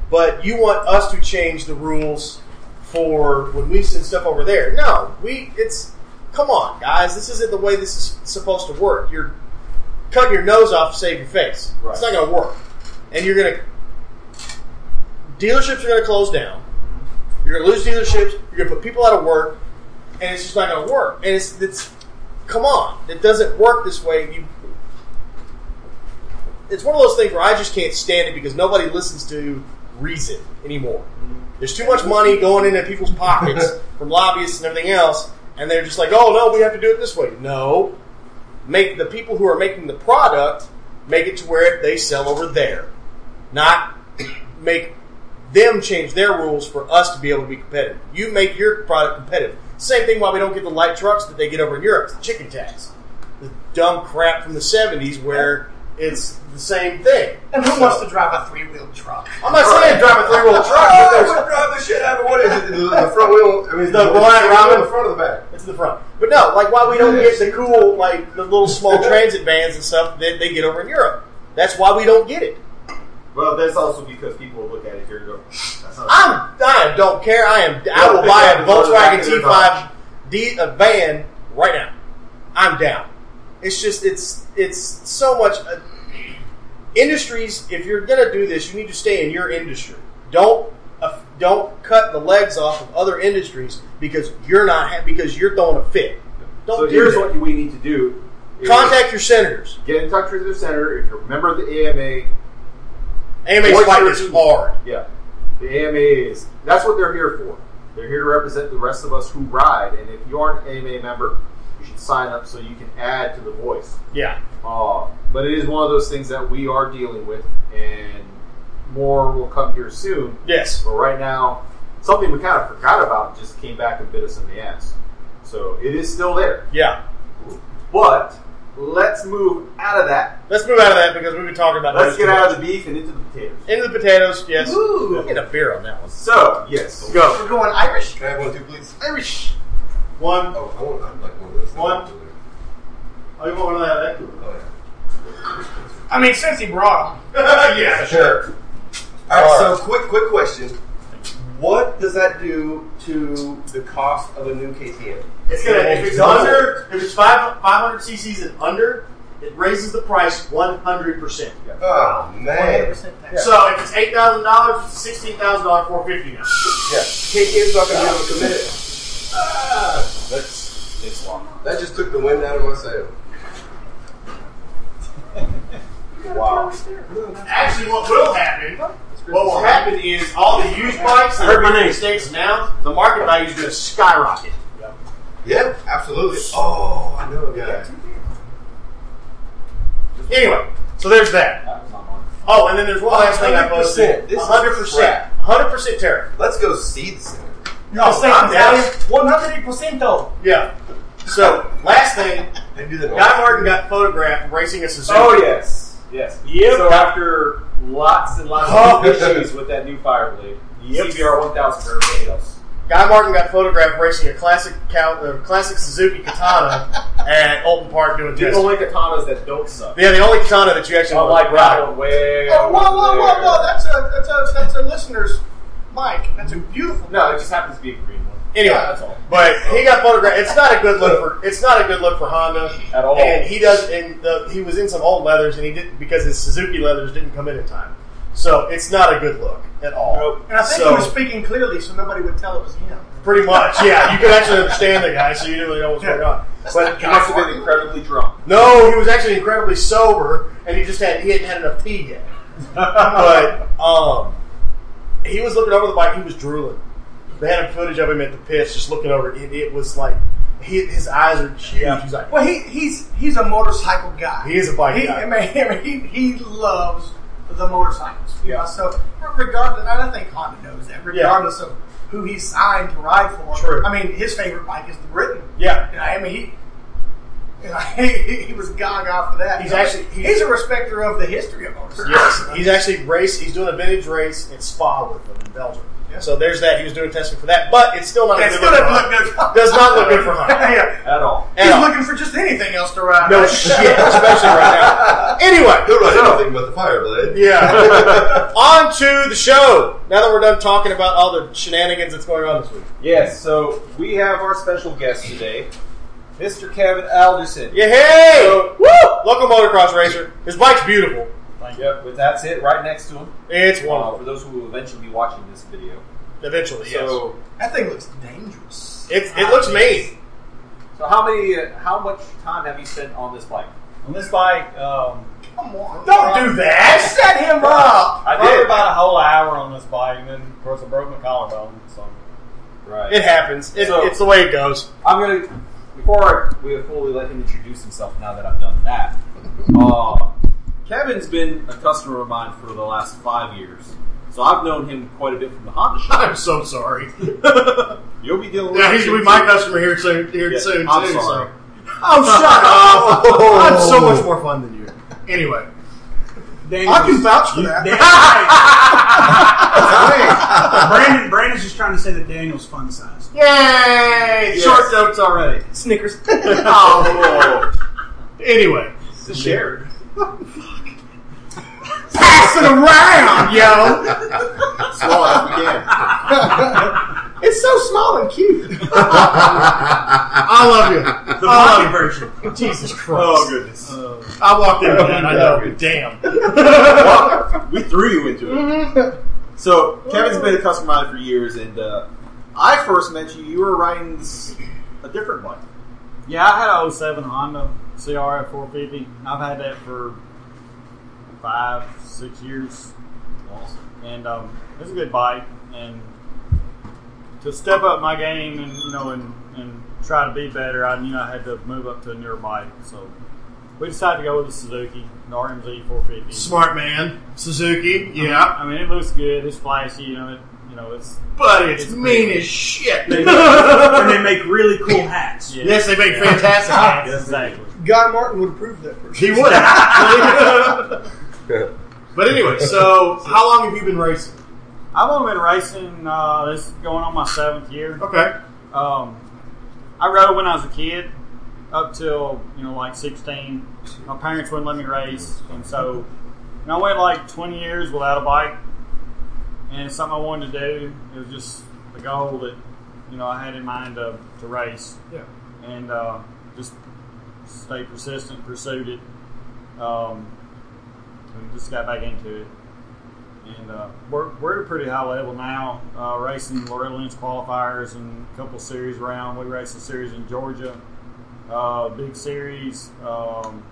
Speaker 2: but you want us to change the rules for when we send stuff over there. No, we it's come on, guys, this isn't the way this is supposed to work. You're cutting your nose off to save your face.
Speaker 1: Right.
Speaker 2: It's not going to work, and you're going to dealerships are going to close down. You're going to lose dealerships. You're going to put people out of work, and it's just not going to work. And it's, it's come on, it doesn't work this way. You, it's one of those things where I just can't stand it because nobody listens to reason anymore. There's too much money going into people's pockets from lobbyists and everything else, and they're just like, "Oh no, we have to do it this way." No, make the people who are making the product make it to where they sell over there, not make them change their rules for us to be able to be competitive. You make your product competitive. Same thing why we don't get the light trucks that they get over in Europe. It's the chicken tax. The dumb crap from the 70s where it's the same thing.
Speaker 3: And who wants to drive a three-wheel truck?
Speaker 2: I'm not saying drive a three-wheel truck, but
Speaker 4: I
Speaker 2: there's...
Speaker 4: would drive the shit out of what is it? The, the front wheel? I mean,
Speaker 2: The blind
Speaker 4: wheel
Speaker 2: Robin?
Speaker 4: in the front of the back.
Speaker 2: It's the front. But no, like why we don't get the cool, like the little small transit vans and stuff that they get over in Europe. That's why we don't get it.
Speaker 7: Well, that's also because people look at it here and go, that's not
Speaker 2: I'm, I don't care. I am. I will
Speaker 7: they
Speaker 2: buy
Speaker 7: got
Speaker 2: a
Speaker 7: the Volkswagen T5
Speaker 2: Volkswagen T5 D a van right now. I'm down. It's just it's it's so much. Uh, industries, if you're gonna do this, you need to stay in your industry. Don't uh, don't cut the legs off of other industries because you're not ha- because you're throwing a fit. Don't
Speaker 7: so
Speaker 2: do
Speaker 7: here's
Speaker 2: that.
Speaker 7: what we need to do. is
Speaker 2: Contact your senators.
Speaker 7: Get in touch with your senator. If you're a member of the AMA,
Speaker 2: AMA's
Speaker 7: What's
Speaker 2: fighting
Speaker 7: your
Speaker 2: this
Speaker 7: opinion?
Speaker 2: hard.
Speaker 7: yeah, the AMA is that's what they're here for. They're here to represent the rest of us who ride. And if you aren't an AMA member, you should sign up so you can add to the voice.
Speaker 2: Yeah.
Speaker 7: Uh, but it is one of those things that we are dealing with, and more will come here soon.
Speaker 2: Yes.
Speaker 7: But right now, something we kind of forgot about just came back and bit us in the ass. So it is still there.
Speaker 2: Yeah.
Speaker 7: But let's move out of that.
Speaker 2: Let's move out of that because we've been talking about
Speaker 7: Let's get out of the beef and into the potatoes.
Speaker 2: the into the potatoes. Yes.
Speaker 3: Ooh.
Speaker 2: We'll get a beer on that one.
Speaker 7: So, yes, go.
Speaker 3: We're going Irish.
Speaker 4: Can I have one too, please?
Speaker 7: Irish.
Speaker 2: One.
Speaker 4: Oh, I want. I'd like one of those.
Speaker 2: One. Oh, you want one of that?
Speaker 4: Oh
Speaker 3: I mean, since he brought them,
Speaker 4: yeah. Sure. All right. So, quick, quick question. What does that do to the cost of a new KTM?
Speaker 2: It's gonna
Speaker 4: if it's under-
Speaker 2: if it's five five hundred CCs and under, it raises the price one hundred percent.
Speaker 4: Oh man.
Speaker 3: 100% tax.
Speaker 2: So if it's eight thousand dollars, it's sixteen thousand dollars four fifty now.
Speaker 4: Yeah. KTM's not gonna be able to commit it.
Speaker 1: That's it's long.
Speaker 4: Ah. That just took the wind out of my sail.
Speaker 1: Wow.
Speaker 2: Actually, what will happen, what will happen is all the used bikes that
Speaker 5: Heard
Speaker 2: are
Speaker 5: my
Speaker 2: in the
Speaker 5: name.
Speaker 2: United States now, the market value is going to skyrocket.
Speaker 4: Yeah, absolutely. Oh, I know a guy.
Speaker 2: Anyway, so there's that.
Speaker 1: That was not mine.
Speaker 2: Oh, and then there's one last thing I posted.
Speaker 4: 100%. This is
Speaker 2: 100%.
Speaker 4: crap.
Speaker 2: 100% tariff.
Speaker 4: Let's go see the center.
Speaker 2: No, I'm down.
Speaker 3: One hundred percent though.
Speaker 2: Yeah. So, last thing,
Speaker 4: They do that. all
Speaker 2: Guy Martin got photographed racing a Suzuki.
Speaker 1: Oh yes, yes.
Speaker 5: Yep.
Speaker 1: So after lots and lots of issues with that new Fireblade, the
Speaker 5: Yep.
Speaker 1: CBR 1000 for everybody else.
Speaker 2: Guy Martin got photographed racing a classic cow, uh, classic Suzuki Katana at Olton Park doing
Speaker 1: The
Speaker 2: testing.
Speaker 1: only katanas that don't suck.
Speaker 2: Yeah, the only Katana that you actually
Speaker 1: I like that one way.
Speaker 3: Oh, whoa, whoa, whoa,
Speaker 1: over
Speaker 3: whoa!
Speaker 1: there.
Speaker 3: That's a that's a that's a listener's mic. That's a beautiful.
Speaker 1: No, it just happens to be a green one.
Speaker 2: Anyway,
Speaker 1: Yeah, that's all.
Speaker 2: but he got photographed. It's not a good look for it's not a good look for Honda
Speaker 1: At all.
Speaker 2: And he does, and the, he was in some old leathers, and he didn't because his Suzuki leathers didn't come in in time. So it's not a good look at all.
Speaker 5: Nope.
Speaker 3: And I think
Speaker 2: so,
Speaker 3: he was speaking clearly, so nobody would tell it was him.
Speaker 2: pretty much. Yeah, you could actually understand the guy, so you didn't really know what's going on. But
Speaker 7: He must have been incredibly drunk.
Speaker 2: No, he was actually incredibly sober, and he just had he hadn't had enough tea yet. but um, he was looking over the bike. He was drooling. They had footage of him at the pits, just looking over it. and It was like he, his eyes are huge. He's like,
Speaker 3: Well, he he's he's a motorcycle guy.
Speaker 2: He is a bike
Speaker 3: he,
Speaker 2: guy.
Speaker 3: I mean, I mean, he, he loves the motorcycles. you
Speaker 2: Yeah.
Speaker 3: know, So regardless, and I think Honda knows that. Regardless of who he's signed to ride for.
Speaker 2: True.
Speaker 3: I mean, his favorite bike is the Britain.
Speaker 2: yeah,
Speaker 3: You know, I mean, he. You know, he, he was gaga for that.
Speaker 2: He's
Speaker 3: You know,
Speaker 2: actually-
Speaker 3: he's,
Speaker 2: he-
Speaker 3: a respecter of the history of motorcycles.
Speaker 2: yes. He's actually race. He's doing a vintage race in Spa with them in Belgium.
Speaker 3: Yeah.
Speaker 2: So there's that. He was doing testing for that, but it's still not.
Speaker 3: Yeah,
Speaker 2: a
Speaker 3: it
Speaker 2: good
Speaker 3: still
Speaker 2: look
Speaker 3: doesn't
Speaker 2: for
Speaker 3: look
Speaker 2: Honda.
Speaker 3: good. for-
Speaker 2: Does not look good for Honda.
Speaker 3: yeah.
Speaker 1: At all.
Speaker 2: At
Speaker 3: He's
Speaker 2: all.
Speaker 3: looking for just anything else to ride.
Speaker 2: no shit, especially right now. Anyway,
Speaker 4: Don't write anything about the Fireblade.
Speaker 2: Yeah. on to the show. Now that we're done talking about all the shenanigans that's going on this week.
Speaker 1: Yes. So we have our special guest today, Mr. Kevin Alderson.
Speaker 2: Yeah, hey!
Speaker 1: So-
Speaker 2: Woo! Local motocross racer. His bike's beautiful.
Speaker 1: Yep. But that's it. Right next to him.
Speaker 2: It's
Speaker 1: Uh,
Speaker 2: wonderful.
Speaker 1: for those who will eventually be watching this video.
Speaker 2: Eventually, yes.
Speaker 1: So,
Speaker 3: That thing looks dangerous.
Speaker 2: it's, it looks mean.
Speaker 1: so how many? Uh, how much time have you spent on this bike?
Speaker 8: On this bike, um,
Speaker 3: Come on.
Speaker 2: Don't do that!
Speaker 3: Set him up.
Speaker 8: I
Speaker 1: did.
Speaker 8: did about a whole hour on this bike, and then of course I broke my collarbone. So
Speaker 1: Right.
Speaker 2: It happens. It,
Speaker 1: So-
Speaker 2: it's the way it goes.
Speaker 1: I'm gonna before I, we fully let him introduce himself. Now that I've done that, uh, Kevin's been a customer of mine for the last five years, so I've known him quite a bit from the Honda shop.
Speaker 2: I'm so sorry.
Speaker 1: You'll be dealing with
Speaker 2: yeah, he's
Speaker 1: him
Speaker 2: going to be my
Speaker 1: soon.
Speaker 2: customer here soon, here
Speaker 1: Yeah,
Speaker 2: soon
Speaker 1: I'm
Speaker 2: too.
Speaker 1: sorry.
Speaker 2: So. Oh, shut up!
Speaker 3: Oh.
Speaker 2: I'm so much more fun than you. Anyway.
Speaker 3: I can vouch for that.
Speaker 5: Daniel- Brandon, Brandon's just trying to say that Daniel's fun size.
Speaker 2: Yay! Short notes already.
Speaker 3: Snickers.
Speaker 2: Oh, anyway.
Speaker 1: It's shared.
Speaker 2: Pass it around, yo!
Speaker 1: Swallow it if you can.
Speaker 3: it's so small and cute.
Speaker 2: I love you.
Speaker 5: The
Speaker 2: I
Speaker 5: pocket
Speaker 2: love
Speaker 5: version.
Speaker 2: you. Jesus Christ.
Speaker 1: Oh goodness!
Speaker 2: I walked in with that, I know. Damn.
Speaker 1: Well, we threw you into it.
Speaker 3: Mm-hmm.
Speaker 1: So Kevin's been a customer of mine for years, and uh, I first met you. You were riding this, a different bike.
Speaker 8: Yeah, I had a 07 Honda CRF 450. I've had that for five, six years. And um, it's a good bike. And to step up my game and you know and, and try to be better, I knew I had to move up to a newer bike. So we decided to go with the Suzuki, the RMZ 450.
Speaker 2: Smart man, Suzuki. Yeah,
Speaker 8: I mean, it looks good. It's flashy. You know, it, you know, it's
Speaker 2: but it's
Speaker 8: It's
Speaker 2: mean as shit.
Speaker 5: They make- and they make really cool hats.
Speaker 8: yeah,
Speaker 2: yes, they make fantastic hats.
Speaker 8: yes, exactly.
Speaker 3: Guy Martin would approve that person.
Speaker 2: He would. but anyway, so how long have you been racing?
Speaker 8: I've only been racing. Uh, this is going on my seventh year.
Speaker 2: Okay.
Speaker 8: Um, I rode when I was a kid, up till you know like sixteen. My parents wouldn't let me race, and so and I went like twenty years without a bike, and it's something I wanted to do. It was just a goal that you know I had in mind to, to race,
Speaker 2: Yeah.
Speaker 8: and uh, just stayed persistent, pursued it, um, and just got back into it. And uh, we're, we're at a pretty high level now, uh, racing Loretta Lynch qualifiers and a couple series round. We raced a series in Georgia, uh, big series, um,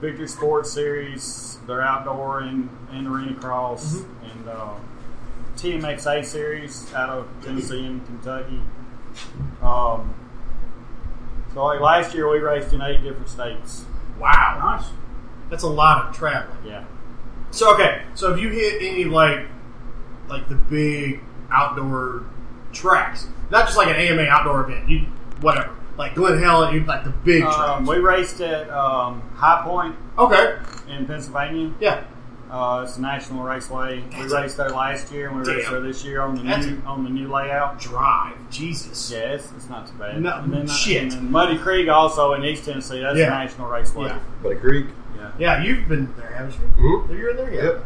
Speaker 8: Victor Sports Series. They're outdoor and, and arena cross and uh, TMXA Series out of Tennessee and Kentucky. Um, so like last year, we raced in eight different states.
Speaker 2: Wow,
Speaker 5: Nice.
Speaker 2: that's a lot of traveling.
Speaker 8: Yeah.
Speaker 2: So okay, so have you hit any like like the big outdoor tracks? Not just like an AMA outdoor event. You whatever, like Glen Helen, you like the big
Speaker 8: Um,
Speaker 2: tracks.
Speaker 8: we raced at um, High Point
Speaker 2: Okay.
Speaker 8: in Pennsylvania.
Speaker 2: Yeah.
Speaker 8: Uh, it's a national raceway.
Speaker 2: That's
Speaker 8: we raced there last year, and we
Speaker 2: Damn.
Speaker 8: raced there this year on the
Speaker 2: That's
Speaker 8: new on the new layout.
Speaker 2: Drive. Jesus.
Speaker 8: Yeah, it's, it's not too bad.
Speaker 2: No,
Speaker 8: and then, uh,
Speaker 2: shit.
Speaker 8: And then Muddy Creek also in East Tennessee. That's
Speaker 2: Yeah.
Speaker 8: a national raceway.
Speaker 2: Yeah.
Speaker 1: But a creek.
Speaker 8: Yeah.
Speaker 2: Yeah, you've been there, haven't you? You're in there yet.
Speaker 1: Yep.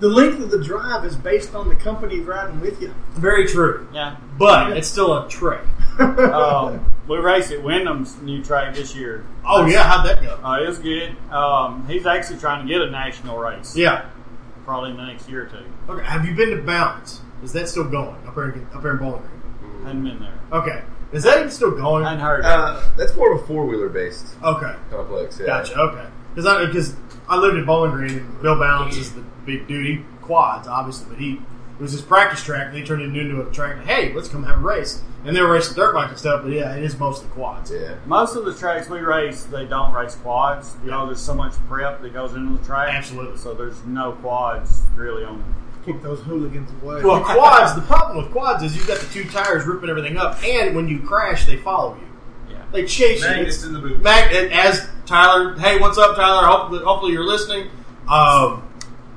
Speaker 3: The length of the drive is based on the company riding with you.
Speaker 1: Mm-hmm.
Speaker 2: Very true.
Speaker 8: yeah.
Speaker 2: But it's still a trick.
Speaker 8: um, we raced at Wyndham's new track this year.
Speaker 2: Oh yeah, how'd that go?
Speaker 8: Uh, it was good. Um, he's actually trying to get a national race,
Speaker 2: Yeah.
Speaker 8: probably in the next year or two.
Speaker 2: Okay. Have you been to Bounds? Is that still going up there in, up there in Bowling Green?
Speaker 8: Mm-hmm. Hadn't been there.
Speaker 2: Okay. Is that even still going?
Speaker 8: Hadn't heard. of
Speaker 4: Uh,
Speaker 1: That's more of a four wheeler based
Speaker 2: Okay.
Speaker 1: complex. Yeah.
Speaker 2: Gotcha. Okay. Because I because I lived in Bowling Green and Bill Bounds is the big duty quads, obviously, but he it was his practice track and he turned it into a track. Hey, let's come have a race, and they were racing dirt bikes and stuff. But yeah, it is mostly quads.
Speaker 1: Yeah.
Speaker 8: Most of the tracks we race, they don't race quads. You know, there's so much prep that goes into the track.
Speaker 2: Absolutely.
Speaker 8: So there's no quads really on them.
Speaker 3: Kick those hooligans away.
Speaker 2: Well, quads. The problem with quads is you've got the two tires ripping everything up, and when you crash, they follow you.
Speaker 8: Yeah.
Speaker 2: They chase you.
Speaker 4: Magnus in the booth.
Speaker 2: Mag- and as Tyler, hey, what's up, Tyler? Hopefully, hopefully you're listening. Um,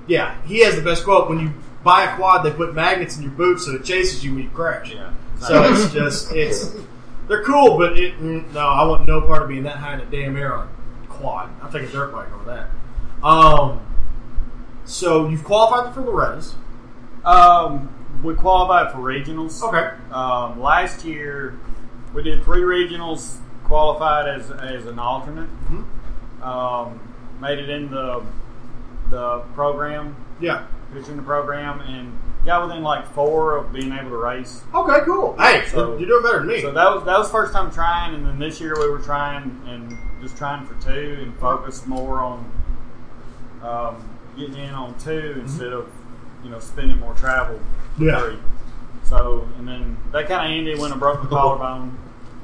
Speaker 2: yeah, he has the best quote. When you buy a quad, they put magnets in your boot so it chases you when you crash.
Speaker 8: Yeah.
Speaker 2: So it's just it's they're cool, but it, mm, no, I want no part of being that high in a damn air on quad. I'll take a dirt bike over that. Um, so you've qualified for Loretta's.
Speaker 8: Um, we qualified for regionals.
Speaker 2: Okay.
Speaker 8: Um, last year, we did three regionals, qualified as, as an alternate.
Speaker 2: Mm-hmm.
Speaker 8: Um, made it in the, the program,
Speaker 2: Yeah.
Speaker 8: pitched in the program, and got within like four of being able to race.
Speaker 2: Okay. Cool. Hey,
Speaker 8: So-
Speaker 2: you're doing better than me.
Speaker 8: So that was that was first time trying, and then this year we were trying and just trying for two and focused more on um, getting in on 2 instead of you know spending more travel for
Speaker 2: Mm-hmm. Yeah.
Speaker 8: three. So and then that kind of ended when I broke my collarbone,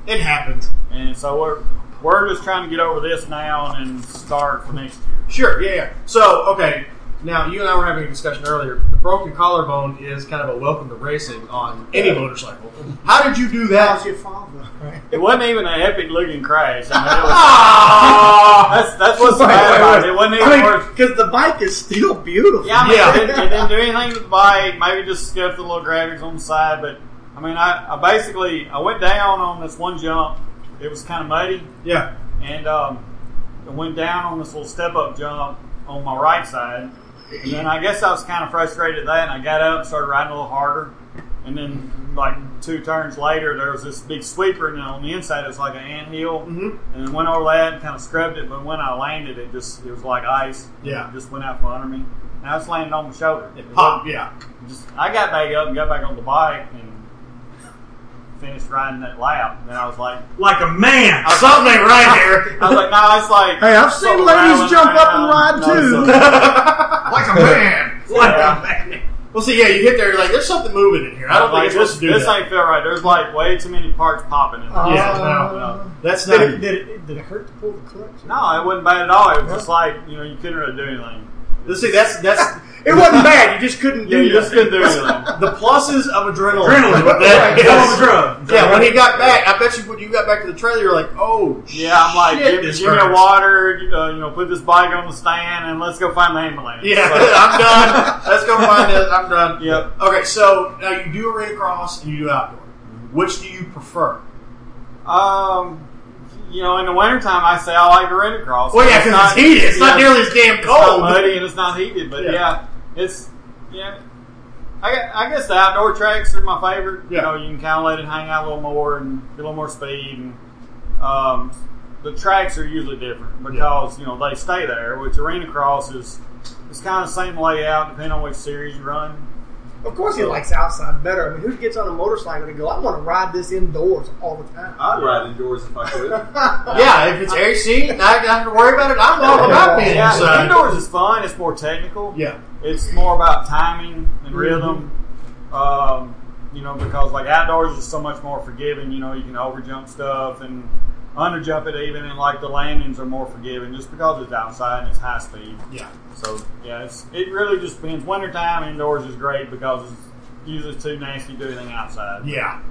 Speaker 2: it happens.
Speaker 8: and so we're we're just trying to get over this now and then start for next year.
Speaker 2: Sure, yeah, yeah. So, okay, now you and I were having a discussion earlier. The broken collarbone is kind of a welcome to racing on any motorcycle. How did you do
Speaker 3: How's
Speaker 2: that?
Speaker 3: your father? Right?
Speaker 8: It wasn't even an epic looking crash. I mean, it
Speaker 2: Ah!
Speaker 8: was, that's that's what's so bad about it. It wasn't even worth
Speaker 3: because the bike is still beautiful.
Speaker 8: Yeah, I mean,
Speaker 2: Yeah.
Speaker 8: It, didn't, it didn't do anything with the bike. Maybe just scuffed the little graphics on the side. But I mean, I, I basically I went down on this one jump. It was kind of muddy,
Speaker 2: yeah,
Speaker 8: and um, I went down on this little step up jump on my right side. And then I guess I was kind of frustrated at that, and I got up, and started riding a little harder. And then, like two turns later, there was this big sweeper, and on the inside it was like an anthill.
Speaker 2: Mhm.
Speaker 8: And then went over that and kind of scrubbed it. But when I landed, it just it was like ice.
Speaker 2: Yeah.
Speaker 8: it just went out from under me. And I just landed on my shoulder.
Speaker 2: it popped. Yeah,
Speaker 8: Just I got back up and got back on the bike and finished riding that lap, and then I was like,
Speaker 5: Like a man. Something ain't right here.
Speaker 8: I was like, no, it's like.
Speaker 9: Hey, I've seen
Speaker 8: something
Speaker 9: ladies
Speaker 8: rattling
Speaker 9: jump up and
Speaker 8: around.
Speaker 2: uh,
Speaker 9: ride, too.
Speaker 2: like a man.
Speaker 5: Like
Speaker 8: Yeah.
Speaker 5: a man.
Speaker 2: Well, see, yeah, you get there, you're like, there's something moving in here. I don't
Speaker 8: like,
Speaker 2: think it's supposed
Speaker 8: this,
Speaker 2: to do
Speaker 8: this
Speaker 2: that.
Speaker 8: ain't feel right. There's like way too many parts popping. In this.
Speaker 3: Uh,
Speaker 2: Yeah,
Speaker 8: no, no.
Speaker 2: That's
Speaker 3: Did
Speaker 2: not.
Speaker 3: it, did, it, did it hurt to pull the clutch?
Speaker 8: No, it wasn't bad at all. It was just like you know you couldn't really do anything.
Speaker 2: Let's see, that's that's. It wasn't bad. You just couldn't
Speaker 8: Yeah,
Speaker 2: do.
Speaker 8: you just couldn't do anything.
Speaker 2: The pluses of adrenaline.
Speaker 5: Adrenaline, but that-
Speaker 2: Yes.
Speaker 5: hell of a drug.
Speaker 2: Yeah, when he got back, I bet you when you got back to the trailer, you're like, oh,
Speaker 8: Yeah, I'm like,
Speaker 2: Shit,
Speaker 8: give,
Speaker 2: this
Speaker 8: give me a
Speaker 2: hurts.
Speaker 8: water, uh, you know, put this bike on the stand, and let's go find the ambulance.
Speaker 2: Yeah,
Speaker 8: So,
Speaker 2: I'm done. Let's go find it. I'm done.
Speaker 8: Yep.
Speaker 2: Okay, so now you do arena cross and you do outdoor. Which do you prefer?
Speaker 8: um, you know, in the wintertime, I say I like to rent across.
Speaker 2: Well, yeah, because it's heated. It's not
Speaker 8: yeah,
Speaker 2: nearly as damn
Speaker 8: it's not
Speaker 2: cold.
Speaker 8: muddy and it's not heated, but
Speaker 2: Yeah.
Speaker 8: yeah, it's yeah. I, gue- I guess the outdoor tracks are my favorite.
Speaker 2: Yeah.
Speaker 8: You know, you can kind of let it hang out a little more and get a little more speed. And um, the tracks are usually different because you know they stay there. Which arena cross is it's kind of the same layout depending on which series you run.
Speaker 3: Of course, he likes outside better. I mean, who gets on a motorcycle to go? I want to ride this indoors all the time.
Speaker 7: I'd ride indoors if I could.
Speaker 2: yeah, if it's AC, and I don't have to worry about it. I'm all about being
Speaker 8: Yeah,
Speaker 2: inside.
Speaker 8: indoors is fun. It's more technical.
Speaker 2: Yeah. Mm-hmm.
Speaker 8: It's more about timing and rhythm. Um, you know, because like outdoors is so much more forgiving. You know, you can overjump stuff and underjump it even, and like the landings are more forgiving just because it's outside and it's high speed.
Speaker 2: Yeah.
Speaker 8: So yeah, it's, it really just depends. Wintertime indoors is great because it's usually too nasty to do anything outside.
Speaker 2: Yeah.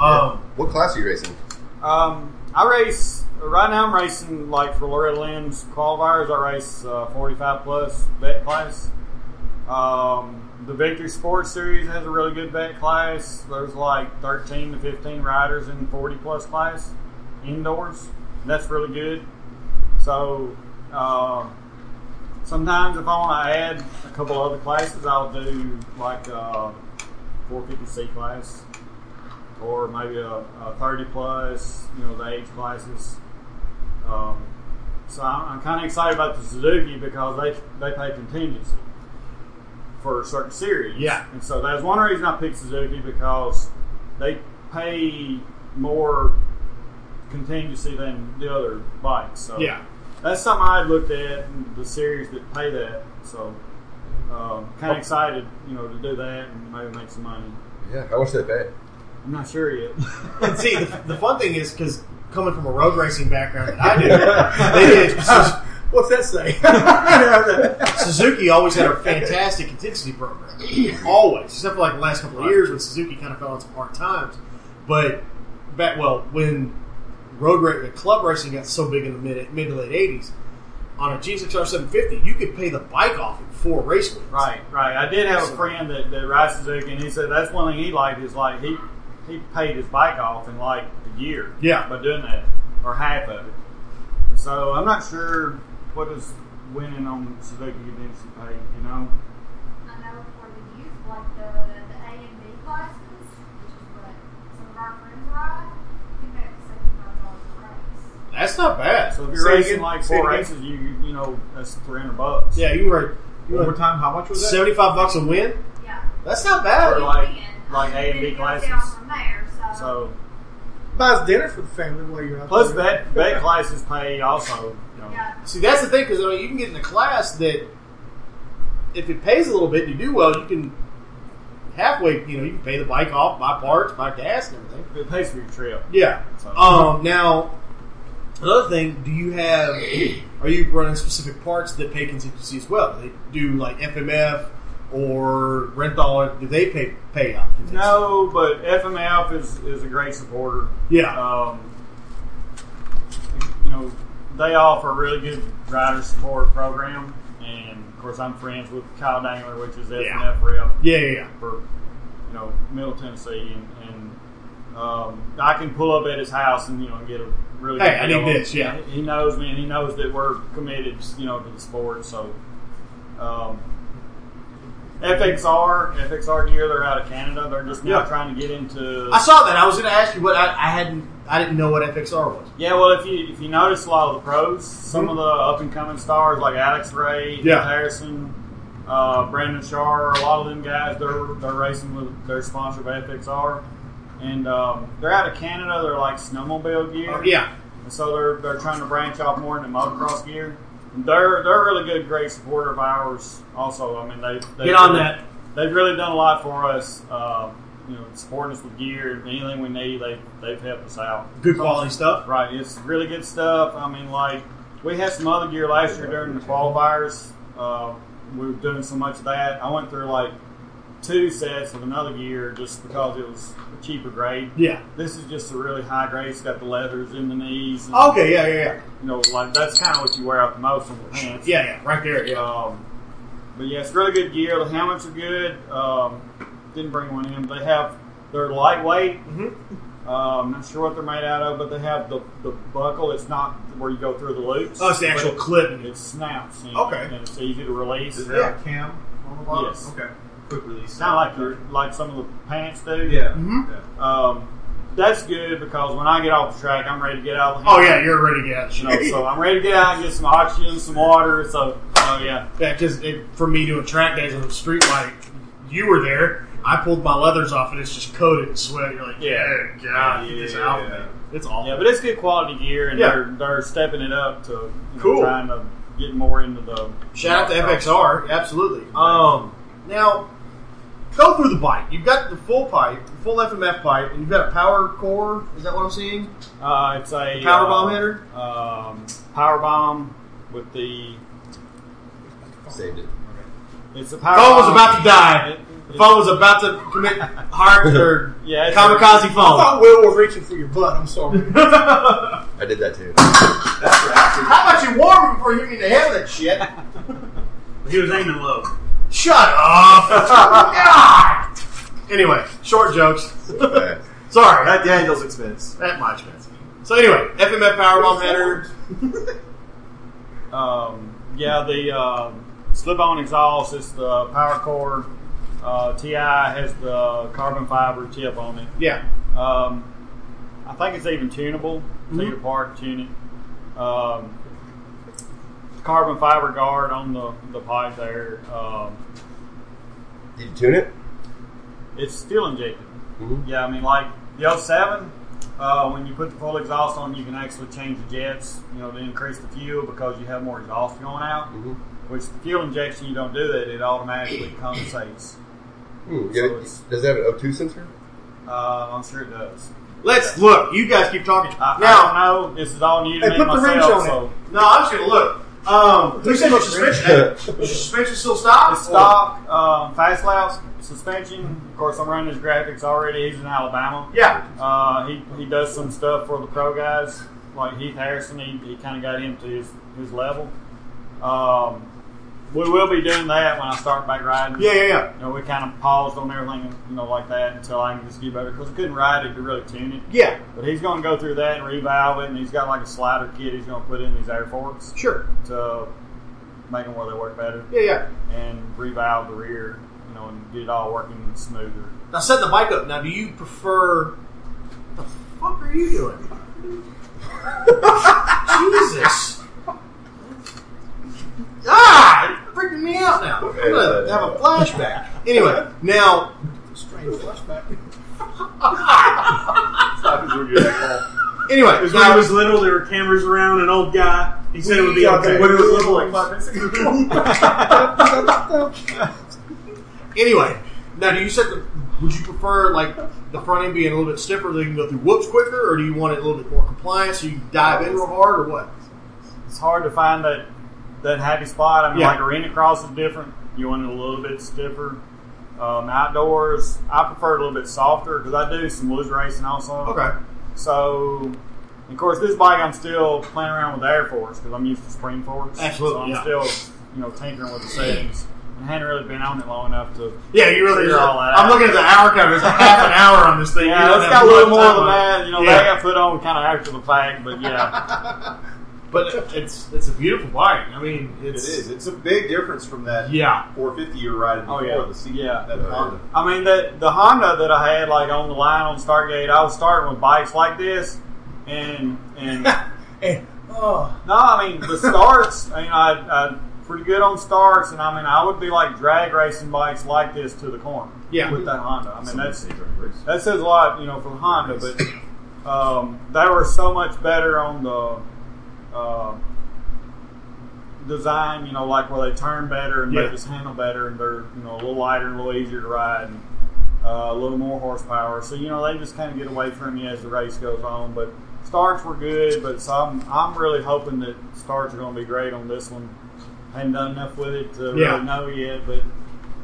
Speaker 2: Um,
Speaker 4: What class are you racing?
Speaker 8: Um, I race right now. I'm racing like for Loretta Lynn's qualifiers. I race uh, 45 plus vet class. Um, the Victory Sports Series has a really good vet class. There's like 13 to 15 riders in 40 plus class indoors. That's really good. So uh, sometimes if I want to add a couple other classes, I'll do like uh 450C class or maybe a, a 30 plus, you know, the age classes. Um, so I'm, I'm kind of excited about the Suzuki because they they pay contingency for a certain series.
Speaker 2: Yeah.
Speaker 8: and so that's one reason I picked Suzuki because they pay more contingency than the other bikes. So
Speaker 2: Yeah.
Speaker 8: that's something I had looked at and the series that pay that. So. Um, kind of excited, you know, to do that and maybe make some money.
Speaker 4: Yeah, how much did they pay?
Speaker 8: I'm not sure yet.
Speaker 2: and see, the, the fun thing is because coming from a road racing background that I do, they did. Suz- What's that say? Suzuki always had a fantastic contingency program, always, except for like the last couple of years when Suzuki kind of fell on some hard times. But back well, when road ra- the club racing got so big in the mid mid to late '80s, on a GSXR 750, you could pay the bike off in four race weeks.
Speaker 8: Right, right. I did have a friend that, that rides Suzuki, and he said that's one thing he liked is like he he paid his bike off in like a year.
Speaker 2: Yeah.
Speaker 8: By doing that, or half of it. So I'm not sure what is winning on Suzuki contingency pay. You know,
Speaker 6: I know for the youth, like the, the A and B classes, which is what some of our friends ride, you pay up to seventy-five dollars a race.
Speaker 2: That's not bad.
Speaker 8: so if
Speaker 2: Say
Speaker 8: you're racing
Speaker 2: again-
Speaker 8: like
Speaker 2: say
Speaker 8: four
Speaker 2: again.
Speaker 8: races, you you- you know that's 300 bucks.
Speaker 2: yeah, you were
Speaker 1: One more time, how much was that?
Speaker 2: seventy-five bucks a win.
Speaker 6: Yeah.
Speaker 2: That's not bad.
Speaker 8: Or
Speaker 6: You
Speaker 8: like-
Speaker 6: win.
Speaker 8: like A and B
Speaker 6: It goes
Speaker 8: classes.
Speaker 6: Down from there, so.
Speaker 8: So
Speaker 3: Buys dinner for the family while you're out
Speaker 8: plus
Speaker 3: there.
Speaker 8: vet vet classes pay also. You know,
Speaker 6: Yeah.
Speaker 2: See, that's the thing because I mean, you can get in a class that if it pays a little bit and you do well, you can halfway, you know, you can pay the bike off, buy parts, buy gas, and everything.
Speaker 8: It pays for your trip.
Speaker 2: Yeah.
Speaker 8: So.
Speaker 2: Um. Now, another thing, do you have? Are you running specific parts that pay contingency as well? Do they do like FMF or rental? Do they pay pay out? contingency?
Speaker 8: No, but FMF is, is a great supporter.
Speaker 2: Yeah.
Speaker 8: Um, you know, they offer a really good rider support program. And of course, I'm friends with Kyle Dangler, which is FMF
Speaker 2: Yeah.
Speaker 8: rep
Speaker 2: Yeah. Yeah. yeah.
Speaker 8: for, you know, Middle Tennessee. And, and um, I can pull up at his house and, you know, get a really
Speaker 2: Hey, I
Speaker 8: good
Speaker 2: need
Speaker 8: deal.
Speaker 2: this, yeah.
Speaker 8: He- He knows me and he knows that we're committed, you know, to the sport. So, um, FXR, FXR gear, they're out of Canada. They're just now
Speaker 2: Yeah.
Speaker 8: trying to get into.
Speaker 2: I saw that. I was going to ask you what I, I hadn't. I didn't know what FXR was.
Speaker 8: Yeah, well, if you if you notice a lot of the pros, some of the up and coming stars like Alex Ray,
Speaker 2: Mm-hmm. Yeah.
Speaker 8: Harrison, uh, Brandon Shar, a lot of them guys, they're they're racing with their sponsor of FXR. and um, they're out of Canada. They're like snowmobile gear.
Speaker 2: Oh, yeah.
Speaker 8: And so they're they're trying to branch off more into motocross gear. And they're they're a really good, great supporter of ours. Also, I mean they, they
Speaker 2: Get on
Speaker 8: really-
Speaker 2: that.
Speaker 8: They've really done a lot for us. Uh, you know, supporting us with gear, anything we need, they they've helped us out.
Speaker 2: Good quality stuff.
Speaker 8: Right, it's really good stuff. I mean, like we had some other gear last year during the qualifiers. Uh, we were doing so much of that. I went through like two sets of another gear just because it was a cheaper grade.
Speaker 2: Yeah.
Speaker 8: This is just a really high grade. It's got the leathers in the knees. And,
Speaker 2: Okay. Yeah. Yeah. Yeah.
Speaker 8: You know, like that's kind of what you wear out the most on your pants.
Speaker 2: Yeah. Yeah. Right there. Yeah.
Speaker 8: Um, but yeah, it's really good gear. The helmets are good. Um, didn't bring one in. They have they're lightweight.
Speaker 2: Mm-hmm.
Speaker 8: Um, not sure what they're made out of, but they have the, the buckle. It's not where you go through the loops.
Speaker 2: Oh, it's the
Speaker 8: but
Speaker 2: actual clip.
Speaker 8: It, it snaps. And,
Speaker 2: Okay.
Speaker 8: And it's easy to release.
Speaker 1: Does
Speaker 8: It's
Speaker 1: it have a cam on the bottom?
Speaker 8: Yes.
Speaker 1: Okay. Quick release.
Speaker 8: not like your like some of the pants do.
Speaker 1: Yeah.
Speaker 2: Mhm.
Speaker 1: yeah.
Speaker 8: Um, that's good because when I get off the track, I'm ready to get out. Of the
Speaker 2: Oh yeah, you're ready to get out of
Speaker 8: You know, so I'm ready to get out and get some oxygen, some water. So, oh yeah.
Speaker 2: Yeah, because for me doing track days on the street, like you were there, I pulled my leathers off and it's just coated in sweat. You're like, yeah,
Speaker 8: Yeah.
Speaker 2: Oh, God,
Speaker 1: Yeah,
Speaker 2: it's
Speaker 1: yeah,
Speaker 2: out.
Speaker 1: yeah.
Speaker 2: It's awful.
Speaker 8: Yeah, but it's good quality gear, and
Speaker 2: Yeah.
Speaker 8: they're they're stepping it up to you know,
Speaker 2: Cool.
Speaker 8: trying to get more into the
Speaker 2: Shout out to FXR, absolutely. Um, now go through the bike. You've got the full pipe, the full FMF pipe, and you've got a power core. Is that what I'm seeing?
Speaker 8: Uh, it's a
Speaker 2: Power bomb
Speaker 8: uh,
Speaker 2: header?
Speaker 8: Um, power bomb with the
Speaker 4: Saved it.
Speaker 8: it's a
Speaker 2: The
Speaker 8: power.
Speaker 2: phone was
Speaker 8: bomb.
Speaker 2: about to die.
Speaker 8: It-
Speaker 2: The phone was about to commit heart or
Speaker 8: Yeah, it's-
Speaker 2: kamikaze
Speaker 3: I thought
Speaker 2: phone.
Speaker 3: Will was reaching for your butt. I'm sorry.
Speaker 2: How
Speaker 4: I did that too.
Speaker 1: That's for after.
Speaker 2: about you warm him before you get to hell that shit?
Speaker 5: He was aiming low.
Speaker 2: Shut up! God! Anyway, short jokes.
Speaker 4: Bad.
Speaker 2: Sorry, that,
Speaker 1: At Daniel's expense.
Speaker 2: that my expense. So anyway, FMF Powerbomb header.
Speaker 8: Um, yeah, the um slip-on exhaust is the power core. Uh, Ti has the carbon fiber tip on it.
Speaker 2: Yeah.
Speaker 8: Um, I think it's even tunable. Take it apart, tune it. Um, carbon fiber guard on the, the pipe there. Um,
Speaker 4: Did you tune it?
Speaker 8: it's still injected.
Speaker 4: Mhm.
Speaker 8: Yeah, I mean, like the 07, uh, when you put the full exhaust on, you can actually change the jets, you know, to increase the fuel because you have more exhaust going out.
Speaker 4: Mhm.
Speaker 8: Which the fuel injection, you don't do that, it automatically compensates.
Speaker 4: Hmm. you got it-
Speaker 8: So
Speaker 4: does it have an O2 sensor?
Speaker 8: Uh, I'm sure it does.
Speaker 2: Let's look. You guys keep talking.
Speaker 8: I,
Speaker 2: now,
Speaker 8: I don't know. This is all new to
Speaker 2: Hey,
Speaker 8: me
Speaker 2: put the wrench
Speaker 8: myself.
Speaker 2: on it.
Speaker 8: so
Speaker 2: no, I'm just gonna look. Um, who said your suspension? Hey, is your suspension still stopped?
Speaker 8: It's stock, um, fast laps, suspension. Of course, I'm running his graphics already. He's in Alabama.
Speaker 2: Yeah.
Speaker 8: Uh, he, he does some stuff for the pro guys, like Heath Harrison. He, he kind of got him to his, his level. Um, we will be doing that when I start back riding.
Speaker 2: Yeah, yeah, yeah.
Speaker 8: You know, we kind of paused on everything, you know, like that until I can just get better because I couldn't ride it to really tune it.
Speaker 2: Yeah,
Speaker 8: But he's going to go through that and revalve it, and he's got like a slider kit he's going to put in these air forks
Speaker 2: sure.
Speaker 8: to make them where they work better
Speaker 2: Yeah, yeah.
Speaker 8: and revalve the rear, you know, and get it all working smoother.
Speaker 2: Now, setting the bike up. Now, do you prefer. The fuck are you doing? Jesus. Ah! It's freaking me out now. I'm going to have a flashback. Anyway, now.
Speaker 3: Strange flashback.
Speaker 2: Anyway,
Speaker 5: Because when
Speaker 2: now,
Speaker 5: he was little, there were cameras around. An old guy. He said it would be okay. When he was little, like five minutes ago.
Speaker 2: anyway, now do you set the. Would you prefer, like, the front end being a little bit stiffer so you can go through whoops quicker, or do you want it a little bit more compliant so you can dive in real hard, or what?
Speaker 8: It's hard to find that that happy spot. I mean,
Speaker 2: Yeah.
Speaker 8: like arena cross is different. You want it a little bit stiffer. Um, outdoors, I prefer it a little bit softer because I do some loose racing also.
Speaker 2: Okay.
Speaker 8: So, of course, this bike I'm still playing around with Air Force because I'm used to spring forks.
Speaker 2: Absolutely,
Speaker 8: So I'm
Speaker 2: yeah.
Speaker 8: still, you know, tinkering with the settings. I hadn't really been on it long enough to
Speaker 2: Yeah, you really.
Speaker 8: figure all that out.
Speaker 2: I'm looking at the hour count. There's like half an hour on this thing. You
Speaker 8: Yeah,
Speaker 2: don't
Speaker 8: it's got
Speaker 2: have
Speaker 8: a little
Speaker 2: much
Speaker 8: more than
Speaker 2: time on it.
Speaker 8: that. You know,
Speaker 2: Yeah.
Speaker 8: that got put on kind of after the fact, but yeah.
Speaker 2: But it's it's a beautiful bike. I mean,
Speaker 1: It
Speaker 2: it's
Speaker 1: is. It's a big difference from that
Speaker 2: yeah.
Speaker 1: 450 you were riding
Speaker 8: Oh,
Speaker 1: before.
Speaker 8: yeah.
Speaker 1: The C-
Speaker 8: Yeah.
Speaker 1: That Honda.
Speaker 8: I mean, that the Honda that I had like on the line on Stargate, I was starting with bikes like this, and and no,
Speaker 3: And, oh,
Speaker 8: I mean the starts. I mean, I, I pretty good on starts, and I mean, I would be like drag racing bikes like this to the corner.
Speaker 2: Yeah.
Speaker 8: With that Honda, I mean that's
Speaker 1: That's
Speaker 8: that says a lot, you know, for Honda. But um, they were so much better on the uh, design, you know, like where they turn better and
Speaker 2: Yeah.
Speaker 8: they just handle better, and they're you know a little lighter and a little easier to ride, and uh, a little more horsepower. So you know they just kind of get away from you as the race goes on. But starts were good, but so I'm I'm really hoping that starts are going to be great on this one. Hadn't done enough with it to
Speaker 2: Yeah.
Speaker 8: really know yet, but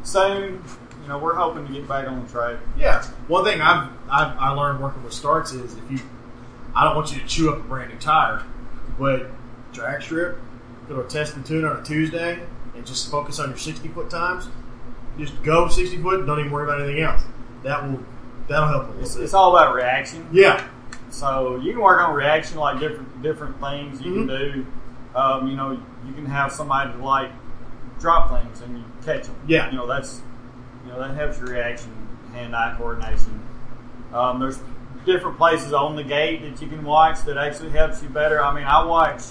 Speaker 8: soon, you know, we're hoping to get back on the track.
Speaker 2: Yeah. One thing I've, I've I learned working with starts is if you, I don't want you to chew up a brand new tire, but drag strip, go to a test and tune on a Tuesday, and just focus on your sixty foot times. Just go sixty foot. Don't even worry about anything else. That will that'll help a little
Speaker 8: It's,
Speaker 2: bit.
Speaker 8: it's all about reaction.
Speaker 2: yeah.
Speaker 8: So you can work on reaction, like different different things you can
Speaker 2: Mm-hmm.
Speaker 8: do. Um, you know, you can have somebody like drop things and you catch them.
Speaker 2: Yeah.
Speaker 8: You know, that's you know that helps your reaction, hand-eye coordination. Um, there's different places on the gate that you can watch that actually helps you better. I mean, I watch.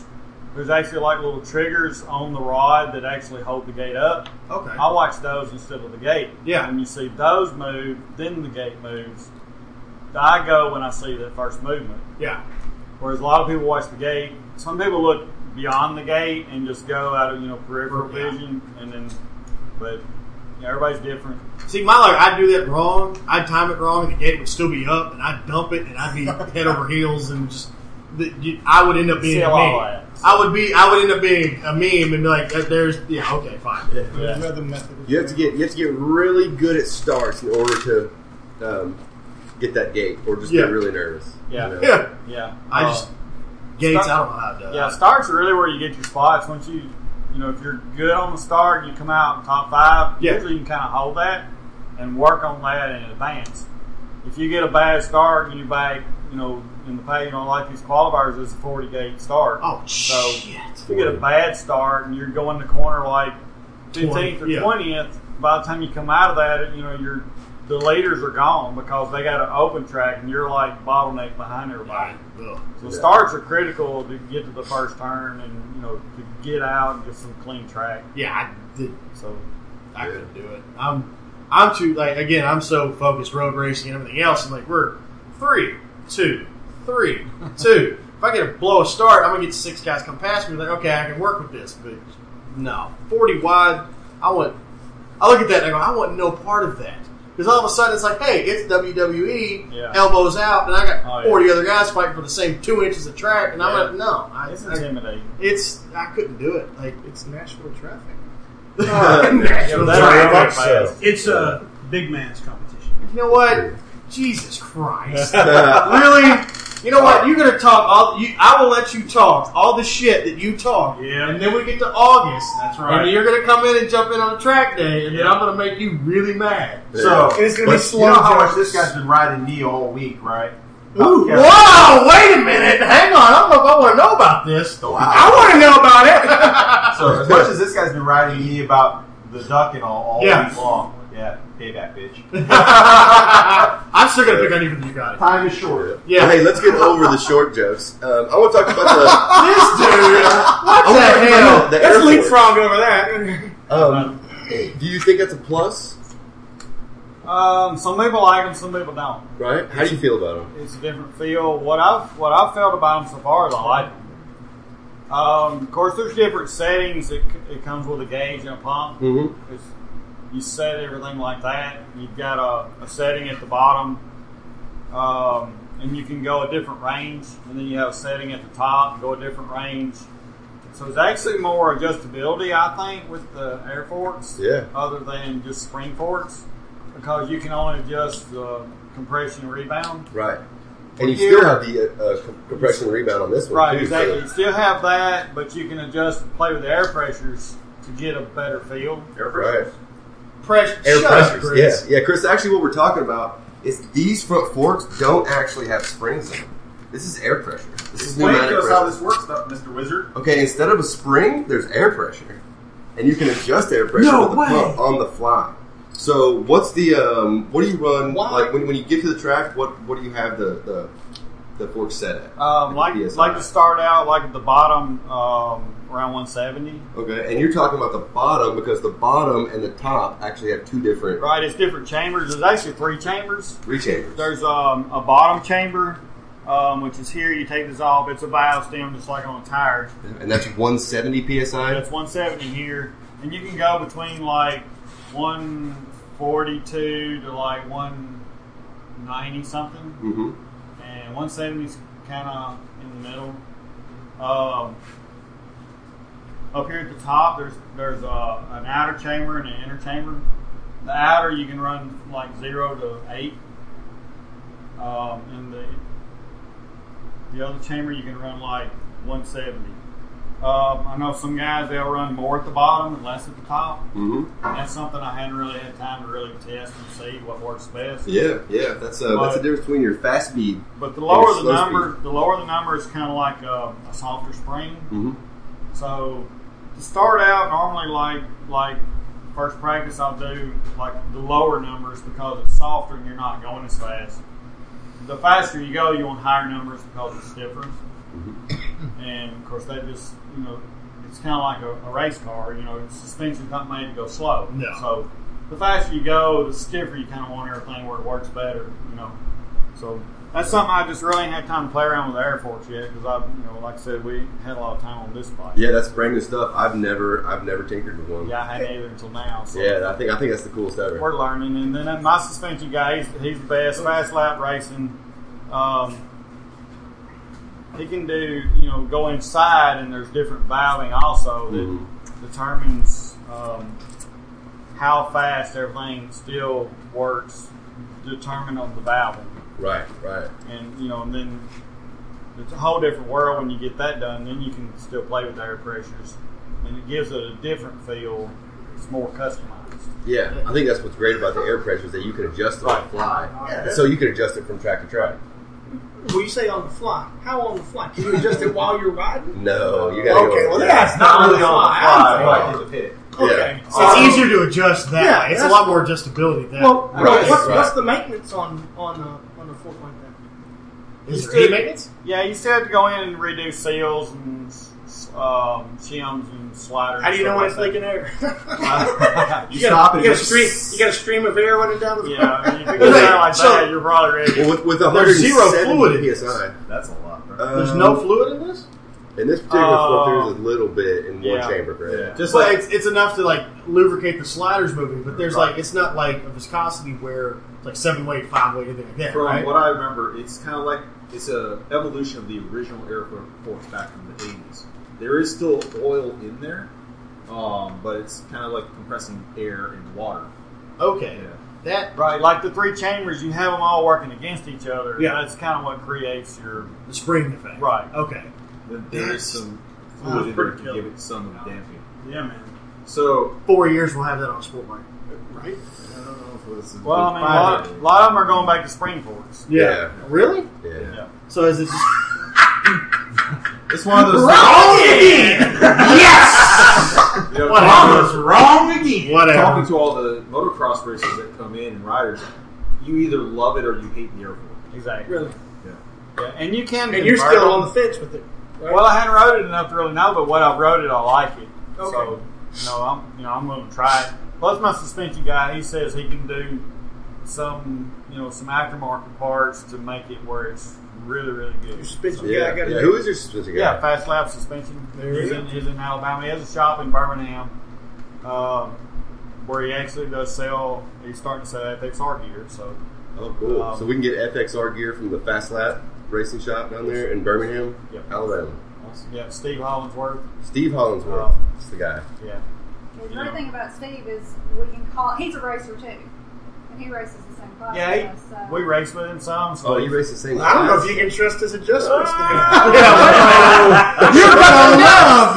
Speaker 8: There's actually like little triggers on the rod that actually hold the gate up.
Speaker 2: Okay.
Speaker 8: I watch those instead of the gate.
Speaker 2: Yeah.
Speaker 8: When you see those move, then the gate moves. I go when I see that first movement.
Speaker 2: yeah.
Speaker 8: Whereas a lot of people watch the gate. Some people look beyond the gate and just go out of you know peripheral
Speaker 2: Yeah.
Speaker 8: vision, and then but you know, everybody's different.
Speaker 2: See, my luck, I'd do that wrong. I'd time it wrong, and the gate would still be up, and I'd dump it, and I'd be head over heels, and just the, you, I would end up being
Speaker 8: See a
Speaker 2: a
Speaker 8: lot of
Speaker 2: meme. I would be, I would end up being a meme, and be like, "That- "There's, yeah, okay, fine."
Speaker 3: There's another method.
Speaker 4: You have to get you have to get really good at starts in order to um, get that gate, or just
Speaker 2: Yeah.
Speaker 4: get really nervous.
Speaker 8: Yeah.
Speaker 4: you know?
Speaker 2: Yeah,
Speaker 8: Yeah.
Speaker 2: I
Speaker 8: Uh,
Speaker 2: just gates.
Speaker 8: start-
Speaker 2: I don't know how to do it.
Speaker 8: yeah. Starts are really where you get your spots. Once you you know if you're good on the start, and you come out in top five.
Speaker 2: Yeah.
Speaker 8: Usually you can kind of hold that and work on that in advance. If you get a bad start and you back, you know, in the pay, you know, like these qualifiers, it's a 40 gate start.
Speaker 2: Oh
Speaker 8: So-
Speaker 2: shit!
Speaker 8: If you get a bad start and you're going the corner like 15th or
Speaker 2: Yeah.
Speaker 8: 20th, by the time you come out of that, you know, you're, the leaders are gone because they got an open track and you're like bottleneck behind everybody.
Speaker 2: Ugh.
Speaker 8: So starts are critical to get to the first turn and, you know, to get out and get some clean track.
Speaker 2: Yeah, I did.
Speaker 8: So,
Speaker 2: I couldn't do it. I'm, I'm too like again. I'm so focused road racing and everything else. I'm like we're three, two, three, two. If I get a blow a start, I'm gonna get six guys come past me. Like okay, I can work with this, but no, forty wide. I want. I look at that and I go, I want no part of that because all of a sudden it's like, hey, it's E. WWE,
Speaker 8: Yeah.
Speaker 2: elbows out, and I got
Speaker 8: Oh,
Speaker 2: forty
Speaker 8: yeah.
Speaker 2: other guys fighting for the same two inches of track, and
Speaker 8: Yeah.
Speaker 2: I'm like, no, I,
Speaker 8: it's
Speaker 2: I,
Speaker 8: intimidating.
Speaker 2: it's I couldn't do it. Like
Speaker 3: It's Nashville traffic.
Speaker 2: natural
Speaker 8: that's
Speaker 2: drive.
Speaker 8: very much so.
Speaker 5: uh, It's
Speaker 2: uh,
Speaker 5: a big man's competition.
Speaker 2: You know what? Jesus Christ! really? You know what? You're gonna talk all. You, I will let you talk all the shit that you talk.
Speaker 5: Yeah.
Speaker 2: And then we get to August.
Speaker 5: That's right.
Speaker 2: And you're gonna come in and jump in on a track day, and then I'm gonna make you really mad.
Speaker 7: So
Speaker 3: It's gonna be
Speaker 7: but
Speaker 3: slow
Speaker 7: You know how much
Speaker 3: jumps.
Speaker 7: this guy's been riding knee all week, right?
Speaker 2: Ooh,
Speaker 7: Yeah.
Speaker 2: Whoa! Wait a minute. Hang on. I don't know if I want to know about this. I want to know about it.
Speaker 7: So as much as this guy's been riding me about the duck and all all
Speaker 2: Yeah.
Speaker 7: week long, yeah, payback, bitch.
Speaker 2: I'm still gonna pick on you because you got it.
Speaker 7: Time is short.
Speaker 2: Yeah.
Speaker 4: Hey, let's get over the short jokes. Um, I want to talk about
Speaker 2: This dude. What
Speaker 4: I
Speaker 2: the
Speaker 4: wanna talk
Speaker 2: hell?
Speaker 4: about the airport.
Speaker 2: over that.
Speaker 4: the. Um,
Speaker 8: Uh,
Speaker 4: do you think that's a plus?
Speaker 8: Um, some people like them, some people don't.
Speaker 4: Right? How do you feel about them?
Speaker 8: it's a different feel. What I've what I've felt about them so far is I like them. Um, of course, there's different settings. It, c- it comes with a gauge and a pump.
Speaker 4: Mm-hmm.
Speaker 8: It's, you set everything like that. You've got a, a setting at the bottom, um, and you can go a different range. And then you have a setting at the top and go a different range. So it's actually more adjustability, I think, with the air forks
Speaker 4: Yeah.
Speaker 8: other than just spring forks because you can only adjust the compression and rebound.
Speaker 4: Right. And you still have the uh, uh, com- compression rebound on this one,
Speaker 8: Right,
Speaker 4: too,
Speaker 8: exactly. You
Speaker 4: so-
Speaker 8: still have that, but you can adjust and play with the air pressures to get a better feel.
Speaker 4: Right.
Speaker 2: Pressure.
Speaker 4: Air
Speaker 2: Shut up,
Speaker 4: pressures.
Speaker 2: Chris.
Speaker 4: Yeah, yeah, Chris. Actually, what we're talking about is these front forks don't actually have springs in them. This is air pressure. This is
Speaker 7: Explain
Speaker 4: pneumatic
Speaker 7: to us
Speaker 4: pressure.
Speaker 7: how this works, though, Mr. Wizard.
Speaker 4: Okay, instead of a spring, there's air pressure, and you can adjust air pressure
Speaker 5: No
Speaker 4: with the
Speaker 5: way.
Speaker 4: pump on the fly. So, what's the um, what do you run
Speaker 8: Why?
Speaker 4: like when, when you get to the track? What what do you have the the, the fork set at?
Speaker 8: Um, like
Speaker 4: PSI.
Speaker 8: like to start out like at the bottom. Um, around 170.
Speaker 4: Okay, and you're talking about the bottom because the bottom and the top actually have two different
Speaker 8: Right, it's different chambers. There's actually three chambers.
Speaker 4: rechambers.
Speaker 8: There's um, a bottom chamber, um, which is here. You take this off. It's a valve stem, just like on a tire.
Speaker 4: And that's 170 psi.
Speaker 8: That's 170 here, and you can go between like 142 to like 190 something.
Speaker 4: Mm-hmm.
Speaker 8: and 170's kind of in the middle. Um, up here at the top, there's there's a, an outer chamber and an inner chamber. The outer you can run from like zero to eight, um, and the the other chamber you can run like 170. Um, I know some guys they'll run more at the bottom and less at the top.
Speaker 4: Mm-hmm.
Speaker 8: And that's something I hadn't really had time to really test and see what works best.
Speaker 4: Yeah, yeah. That's uh, that's the
Speaker 8: But-
Speaker 4: difference between your fast speed.
Speaker 8: But the
Speaker 4: Yeah,
Speaker 8: lower
Speaker 4: slow
Speaker 8: the number, the lower the number is kind of like a, a softer spring.
Speaker 4: Mm-hmm.
Speaker 8: So to start out, normally like like first practice, I'll do like the lower numbers because it's softer and you're not going as fast. The faster you go, you want higher numbers because it's stiffer. And of course, that just you know, it's kind of like a, a race car. You know, suspension's not made to go slow.
Speaker 2: No.
Speaker 8: So the faster you go, the stiffer you kind of want everything where it works better. You know. So that's something I just really ain't had time to play around with the Air Force yet because I, you know, like I said, we had a lot of time on this bike.
Speaker 4: Yeah, that's brand new stuff. I've never I've never tinkered with one.
Speaker 8: Yeah, I hadn't either until now. So
Speaker 4: Yeah, I think I think that's the coolest ever.
Speaker 8: we're learning. And then my suspension guy, he's, he's the best. Fast lap racing. Um, he can do, you know, go inside, and there's different valving also that
Speaker 4: Mhm.
Speaker 8: determines um, how fast everything still works, determined on the valving.
Speaker 4: Right, right.
Speaker 8: And, you know, and then it's a whole different world when you get that done. Then you can still play with air pressures, and it gives it a different feel. It's more customized.
Speaker 4: Yeah, I think that's what's great about the air pressure is that you can adjust it on the fly.
Speaker 3: Yeah.
Speaker 4: So you can adjust it from track to track.
Speaker 3: Well, you say on the fly. How on the fly? Can you adjust it while you're riding?
Speaker 4: No, you gotta
Speaker 3: Okay,
Speaker 4: go.
Speaker 3: well,
Speaker 4: yeah.
Speaker 3: that's not on the fly.
Speaker 1: fly,
Speaker 3: I'm
Speaker 1: right,
Speaker 3: saying-
Speaker 1: it's a pit.
Speaker 3: Okay.
Speaker 4: Yeah.
Speaker 3: So
Speaker 2: it's
Speaker 3: it's easy.
Speaker 2: easier to adjust that.
Speaker 3: Yeah,
Speaker 2: way. It's a
Speaker 3: that's-
Speaker 2: lot more adjustability that.
Speaker 3: Well,
Speaker 2: way.
Speaker 4: Right,
Speaker 3: what's,
Speaker 4: right.
Speaker 3: what's the maintenance on on the on the four point thing?
Speaker 2: is there any maintenance?
Speaker 8: Yeah, you still have to go in and redo seals and s- um, shims and sliders.
Speaker 3: How do you know when it's
Speaker 8: like
Speaker 3: leaking air?
Speaker 8: that.
Speaker 1: You
Speaker 3: got-
Speaker 1: stop and
Speaker 3: you got a
Speaker 1: just-
Speaker 3: stream. You got a stream of air running down the.
Speaker 8: yeah, I mean, if it goes down like
Speaker 2: So-
Speaker 8: that, you're probably ready.
Speaker 4: Well, with, with
Speaker 2: There's zero
Speaker 4: 170
Speaker 2: fluid in
Speaker 4: psi.
Speaker 1: That's a lot, bro.
Speaker 2: There's
Speaker 4: um,
Speaker 2: no fluid in this.
Speaker 4: In this particular
Speaker 8: Uh,
Speaker 4: floor, there's a little bit in
Speaker 8: yeah.
Speaker 4: one chamber, right?
Speaker 1: Yeah.
Speaker 2: Just
Speaker 3: But-
Speaker 2: like it's, it's enough to like lubricate the sliders moving, but there's like it's not like a viscosity where it's like seven weight, five weight, anything like that,
Speaker 1: From
Speaker 2: right?
Speaker 1: what I remember, it's kind of like it's a evolution of the original Air Force back from the '80s. There is still oil in there, um, but it's kind of like compressing air and water.
Speaker 2: okay, that
Speaker 8: Right, like the three chambers, you have them all working against each other.
Speaker 2: Yeah.
Speaker 8: that's kind of what creates your
Speaker 2: the spring Uh, effect,
Speaker 8: right.
Speaker 2: Okay,
Speaker 1: Then there is some fluid in there to give it some damping.
Speaker 8: Yeah, man.
Speaker 1: So
Speaker 2: four years we'll have that on a sport bike.
Speaker 3: Right.
Speaker 1: I don't know if this is
Speaker 8: Well, I mean, a lot, a lot of them are going back to spring forks.
Speaker 4: Yeah.
Speaker 2: really?
Speaker 4: Yeah. yeah.
Speaker 2: So is it just
Speaker 1: it's one of those. You know,
Speaker 2: Whatever.
Speaker 5: wrong again.
Speaker 1: talking
Speaker 2: whatever?
Speaker 1: to all the motocross racers that come in and riders, you either love it or you hate the Air Force.
Speaker 8: Exactly.
Speaker 3: Really.
Speaker 8: Yeah. And you can.
Speaker 3: And you're
Speaker 8: convert
Speaker 3: still
Speaker 8: them.
Speaker 3: on the fence with it. right?
Speaker 8: Well, I hadn't rode it enough to really know, but what I've rode it, I like it.
Speaker 3: Okay.
Speaker 8: So, you know, I'm you know I'm going to try it. Plus, my suspension guy, he says he can do some you know some aftermarket parts to make it where it's really really
Speaker 3: Your
Speaker 8: good.
Speaker 3: suspension guy
Speaker 4: Yeah.
Speaker 3: got
Speaker 4: Who is your suspension guy?
Speaker 8: Yeah, fast lap suspension.
Speaker 3: There
Speaker 8: he's
Speaker 3: you
Speaker 8: in, he's in Alabama. He has a shop in Birmingham um, where he actually does sell. He's starting to sell FXR gear. So
Speaker 4: Oh, cool.
Speaker 8: Um,
Speaker 4: so we can get FXR gear from the Fast Lap Racing Shop down there in Birmingham,
Speaker 8: Yep.
Speaker 4: Alabama.
Speaker 8: yeah, Steve Hollingsworth.
Speaker 4: Steve Hollingsworth
Speaker 8: Um,
Speaker 4: is the guy.
Speaker 8: Yeah,
Speaker 6: The great thing about Steve is we can call. He's a racer too, and he races the same class.
Speaker 8: Yeah, he-
Speaker 6: as us, so.
Speaker 8: we raced with him some. So
Speaker 4: Oh, you race the same.
Speaker 3: I don't know if
Speaker 4: class?
Speaker 3: you can trust his adjustments.
Speaker 8: Ah!
Speaker 3: Steve.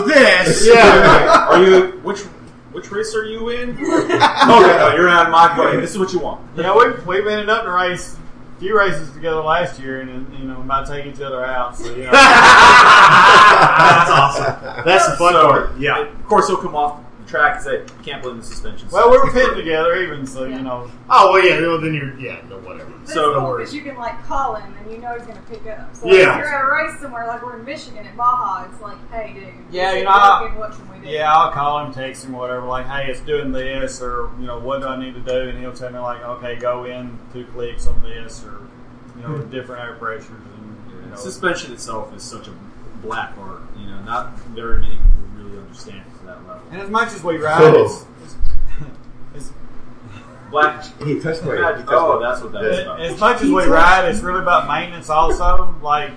Speaker 2: You're gonna love this. Yeah.
Speaker 1: Are you which which race are you in? okay, no, you're out of my way. This is what you want.
Speaker 8: Yeah, we've, we've ended up to race a few races together last year, and you know, about to take each other out. So, you know,
Speaker 2: That's awesome. That's the fun
Speaker 1: So,
Speaker 2: part. Yeah.
Speaker 1: Of course, he'll come off
Speaker 7: track and say, you can't blame the suspension.
Speaker 8: Well, we were
Speaker 7: system."
Speaker 8: pitting together even, so
Speaker 9: Yeah.
Speaker 8: you know.
Speaker 2: Oh well, yeah. Well, then you're yeah. No, whatever.
Speaker 9: But
Speaker 7: So-
Speaker 9: it's cool because you can like call him and you know he's gonna pick up. So
Speaker 2: Yeah.
Speaker 9: if you're at a race somewhere, like we're in Michigan at Baja, it's like, hey dude,
Speaker 8: Yeah,
Speaker 9: is
Speaker 8: you
Speaker 9: it
Speaker 8: know, I-
Speaker 9: working? what can we do?
Speaker 8: Yeah, I'll call him, text him, whatever. Like, hey, it's doing this, or you know, what do I need to do? And he'll tell me like, okay, go in two clicks on this, or you know,
Speaker 2: Hmm.
Speaker 8: different air pressures. And, you know,
Speaker 1: Suspension itself is such a black art. You know, not very many people really understand it to that level.
Speaker 8: and as much as we ride,
Speaker 4: Oh.
Speaker 8: it's, it's, it's,
Speaker 7: Black.
Speaker 4: He touched my. he touched
Speaker 7: Oh,
Speaker 4: my-
Speaker 7: that's what that is about.
Speaker 8: as much as we ride, it's really about maintenance. Also, like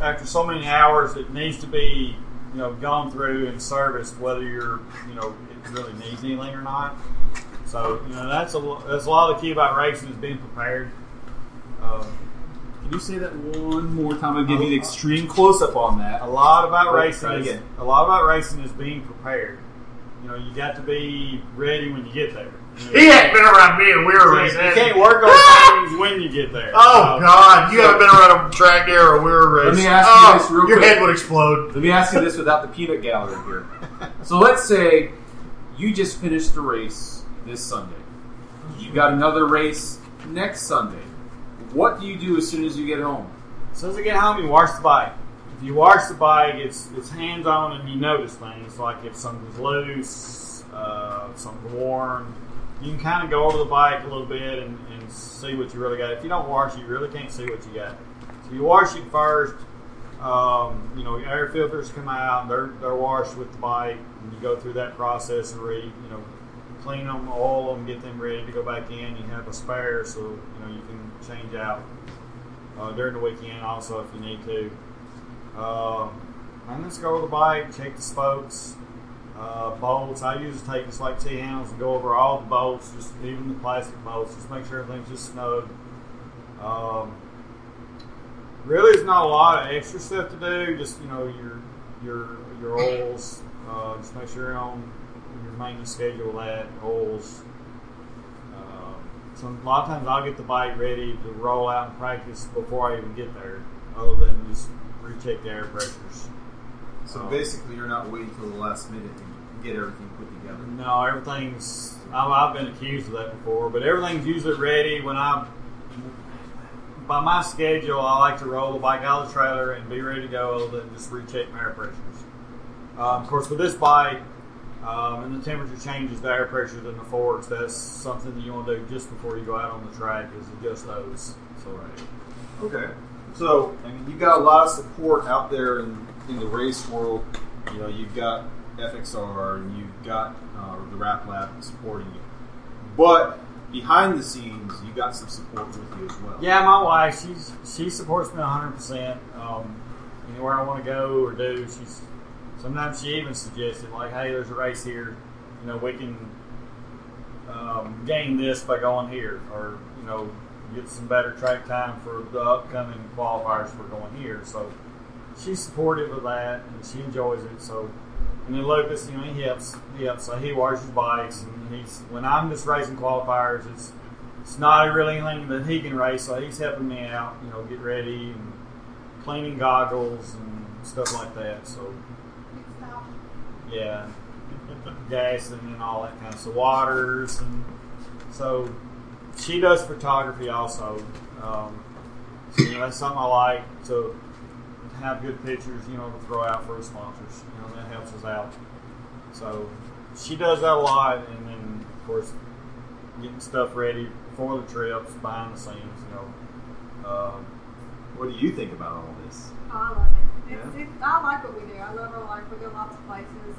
Speaker 8: after so many hours, it needs to be you know gone through and serviced, whether you're you know it really needs anything or not. So you know that's a lo- that's a lot of the key about racing is being prepared. Um,
Speaker 1: Can you say that one more time? I'll give you the extreme close up on that.
Speaker 8: A lot about
Speaker 1: Right,
Speaker 8: racing.
Speaker 1: try
Speaker 8: Is,
Speaker 1: again.
Speaker 8: a lot about racing is being prepared. You know, you got to be ready when you get there. You know,
Speaker 2: He hadn't been around me, and we were
Speaker 8: you
Speaker 2: racing. Ah!
Speaker 8: can't- you can't work on things when you get there.
Speaker 2: Oh
Speaker 8: So,
Speaker 2: God! You haven't been around a track there, or we were
Speaker 7: Let me
Speaker 2: racing.
Speaker 7: ask you
Speaker 2: oh,
Speaker 7: this real
Speaker 2: your
Speaker 7: quick.
Speaker 2: head would explode.
Speaker 7: Let me ask you this without the peanut gallery here. So let's say you just finished the race this Sunday. You got another race next Sunday. What do you do as soon as you get home?
Speaker 8: As soon as you get home, you wash the bike. If you wash the bike, it's it's hands on, and you notice things like if something's loose, uh, something's worn. You can kind of go over the bike a little bit and, and see what you really got. If you don't wash, you really can't see what you got. So you wash it first. Um, you know, air filters come out; they're they're washed with the bike, and you go through that process and re you know clean them, oil them, get them ready to go back in. You have a spare, so you know you can change out uh, during the weekend also if you need to. Um, and let's go over the bike, check the spokes, uh, bolts. I usually take just like T handles and go over all the bolts, just even the plastic bolts, just make sure everything's just snug. Um, really, there's not a lot of extra stuff to do. Just you know your your your oils. Uh, just make sure you're on your maintenance schedule at oils. Um, so a lot of times I'll get the bike ready to roll out and practice before I even get there, other than just recheck the air pressures.
Speaker 1: So
Speaker 8: Um,
Speaker 1: basically, you're not waiting till the last minute to get everything put together.
Speaker 8: No, everything's. I've, I've been accused of that before, but everything's usually ready when I. By my schedule, I like to roll the bike out of the trailer and be ready to go, other than just recheck my air pressures. Um, of course, with this bike um, and the temperature changes, the air pressures in the forks, that's something that you want to do just before you go out on the track is adjust those. So,
Speaker 1: Okay. So, I mean, you've got a lot of support out there in, in the race world. You know, you've got FXR and you've got uh, the Rap Lab supporting you. But behind the scenes, you got some support with you as well.
Speaker 8: Yeah, my wife, she's she supports me 100%. Um, anywhere I want to go or do, she's sometimes she even suggested like, "Hey, there's a race here. You know, we can um, gain this by going here, or you know, get some better track time for the upcoming qualifiers for going here." So she's supportive of that, and she enjoys it. So, and then Lucas, you know, he helps. He helps. So he washes bikes, and he's when I'm just racing qualifiers, it's it's not really anything that he can race, so he's helping me out, you know, get ready and cleaning goggles and stuff like that. So yeah, gas and then all that kind of so waters and so she does photography also. Um, so you know, that's something I like to have good pictures, you know, to throw out for our sponsors. You know, that helps us out. So she does that a lot, and then of course getting stuff ready for the trips, behind the scenes, you know. Um,
Speaker 1: What do you think about all this?
Speaker 9: I love it. It's, it's, I like what we do. I love our life. We go lots of places.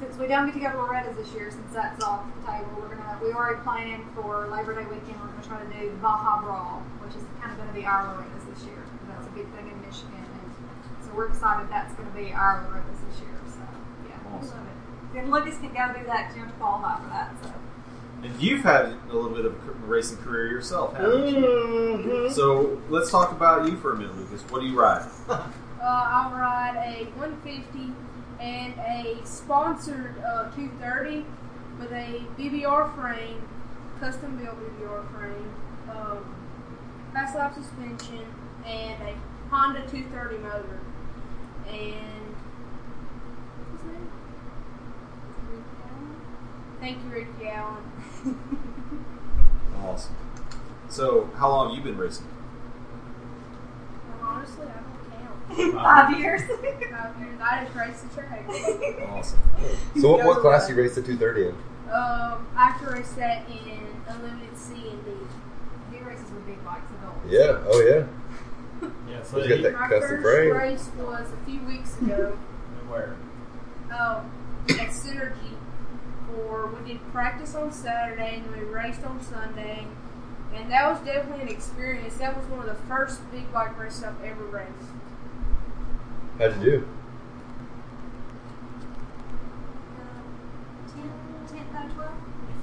Speaker 9: Since we don't get to go to Loretta's this year, since that's off the table, we're gonna we already planned for Labor Day weekend. We're gonna try to do the Baja Brawl, which is kind of gonna be our Loretta's this year. That's a big thing in Michigan, and so we're excited that's gonna be our Loretta's this year. So yeah, we love it. Then Lucas can go do that. 'cause You have to qualify for that. So
Speaker 1: And you've had a little bit of a racing career yourself, haven't you?
Speaker 2: Mm-hmm.
Speaker 1: So let's talk about you for a minute, Lucas. What do you ride?
Speaker 10: Uh, I'll ride a 150 and a sponsored uh, 230 with a BBR frame, custom built BBR frame, um, fast lap suspension, and a Honda 230 motor. And what's his name? Thank you, Ricky Allen.
Speaker 11: Awesome. So, how long have you been racing?
Speaker 10: And honestly, I don't count.
Speaker 9: Five years.
Speaker 10: Five years. I just race the track.
Speaker 11: Awesome.
Speaker 4: So what, what class you raced the 230 in?
Speaker 10: Um, I have to race that in Unlimited C and D.
Speaker 9: He races with big bikes adults.
Speaker 4: Yeah. Oh yeah.
Speaker 8: Yeah, so
Speaker 4: You got that
Speaker 10: My
Speaker 4: custom
Speaker 10: first
Speaker 4: frame.
Speaker 10: race was a few weeks ago.
Speaker 8: Where?
Speaker 10: um, at Synergy for we did practice on Saturday and we raced on Sunday, and that was definitely an experience. That was one of the first big bike races I've ever raced.
Speaker 4: How'd you do?
Speaker 8: You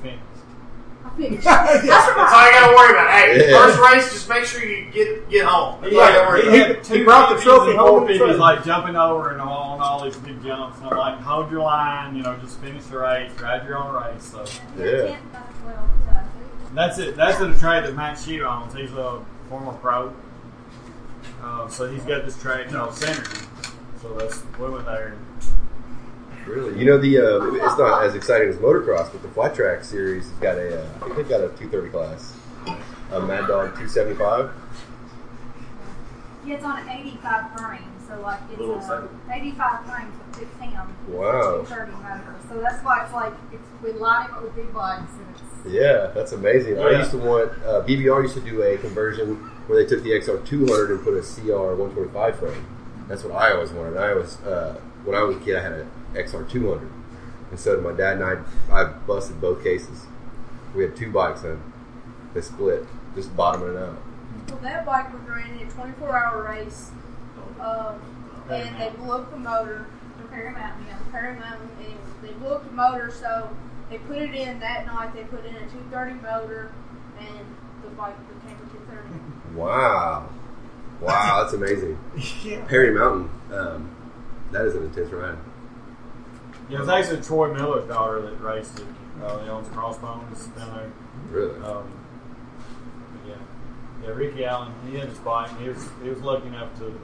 Speaker 8: finished.
Speaker 10: I finished.
Speaker 2: That's all I gotta worry about. Hey,
Speaker 4: Yeah.
Speaker 2: first race, just make sure you get get home. That's all I gotta worry
Speaker 8: He,
Speaker 2: about.
Speaker 8: had
Speaker 1: He
Speaker 8: two
Speaker 1: brought the
Speaker 8: PBs
Speaker 1: trophy
Speaker 8: and
Speaker 1: home
Speaker 8: Four
Speaker 1: to the
Speaker 8: PBs,
Speaker 1: train.
Speaker 8: like jumping over and all, and all these big jumps. And I'm like, hold your line, you know, just finish the race, ride your own race. So
Speaker 4: Yeah.
Speaker 8: that's it. That's the trade that Matt Shear owns. He's a former pro, uh, so he's got this trade called Synergy. So that's we went there.
Speaker 4: Really? You know the uh, it's not as exciting as motocross, but the flat track series has got a uh, I think they've got a 230 class. A Mad Dog 275.
Speaker 9: Yeah, it's on an 85 frame, so like it's
Speaker 1: Little
Speaker 9: uh,
Speaker 1: excited.
Speaker 9: 85 frames with 15.
Speaker 4: Wow.
Speaker 9: 230 motor. So that's why it's like it's, we line him up with big bikes and it's.
Speaker 4: Yeah, that's amazing. I
Speaker 8: Yeah.
Speaker 4: used to want uh, BBR used to do a conversion where they took the XR 200 and put a CR 125 frame. That's what I always wanted. I always uh, when I was a kid, I had an XR 200, and so did my dad and I. I busted both cases. We had two bikes and they split, just bottoming it out.
Speaker 10: Well, that bike was running a 24-hour race, um, and they blew up the motor. Paramount, yeah, Paramount, and they blew up the motor. So they put it in that night. They put in a 230 motor, and the bike became a 230.
Speaker 4: Wow, wow, that's amazing. Perry Mountain, um, that is an intense ride.
Speaker 8: Yeah, it's actually Troy Miller's daughter that raced it. Uh, he owns Crossbones down there.
Speaker 4: Really,
Speaker 8: Um, but yeah, yeah. Ricky Allen, he had his bike. and He was he was lucky enough to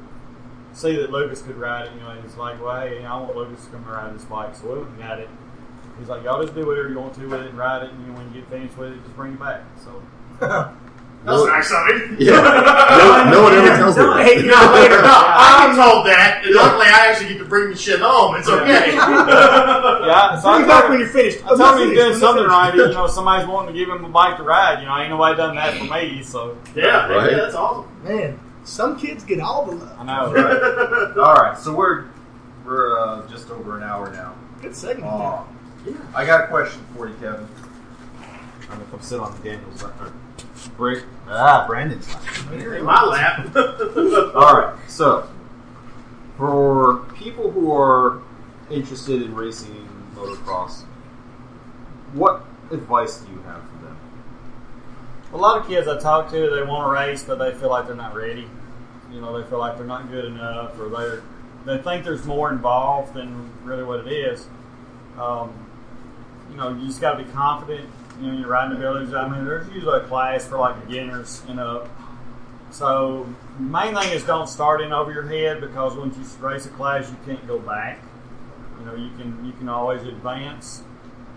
Speaker 8: see that Lucas could ride it. You know, he's like, well, hey, I want Lucas to come ride this bike, so we went and got it. He's like, y'all just do whatever you want to with it and ride it, and you know, when you get finished with it, just bring it back. So
Speaker 2: That's nice of him.
Speaker 4: yeah. No, no one ever tells me. that.
Speaker 2: Hey, no, later. No, I'm told that, and luckily I actually get to bring the shit home. It's okay.
Speaker 8: yeah, so
Speaker 1: Bring it back when you're finished.
Speaker 8: I told him he's doing
Speaker 1: Finished.
Speaker 8: something right. You know, somebody's wanting to give him a bike to ride. You know, ain't nobody done that for me. So
Speaker 2: yeah,
Speaker 4: Right.
Speaker 2: yeah, that's awesome.
Speaker 3: Man, some kids get all the love.
Speaker 8: I know. Right?
Speaker 1: All right, so we're we're uh, just over an hour now.
Speaker 3: Good segment.
Speaker 1: Uh, I got a question for you, Kevin.
Speaker 11: I'm gonna come sit on Daniel's lap. or Rick, ah, Brandon's lap.
Speaker 2: In my lap.
Speaker 1: All right, so for people who are interested in racing motocross, what advice do you have for them?
Speaker 8: A lot of kids I talk to, they want to race, but they feel like they're not ready. You know, they feel like they're not good enough, or they they think there's more involved than really what it is. Um, you know, you just got to be confident. You know, in your riding abilities. I mean, there's usually a class for like beginners and up. So, main thing is don't start in over your head because once you race a class, you can't go back. You know, you can you can always advance.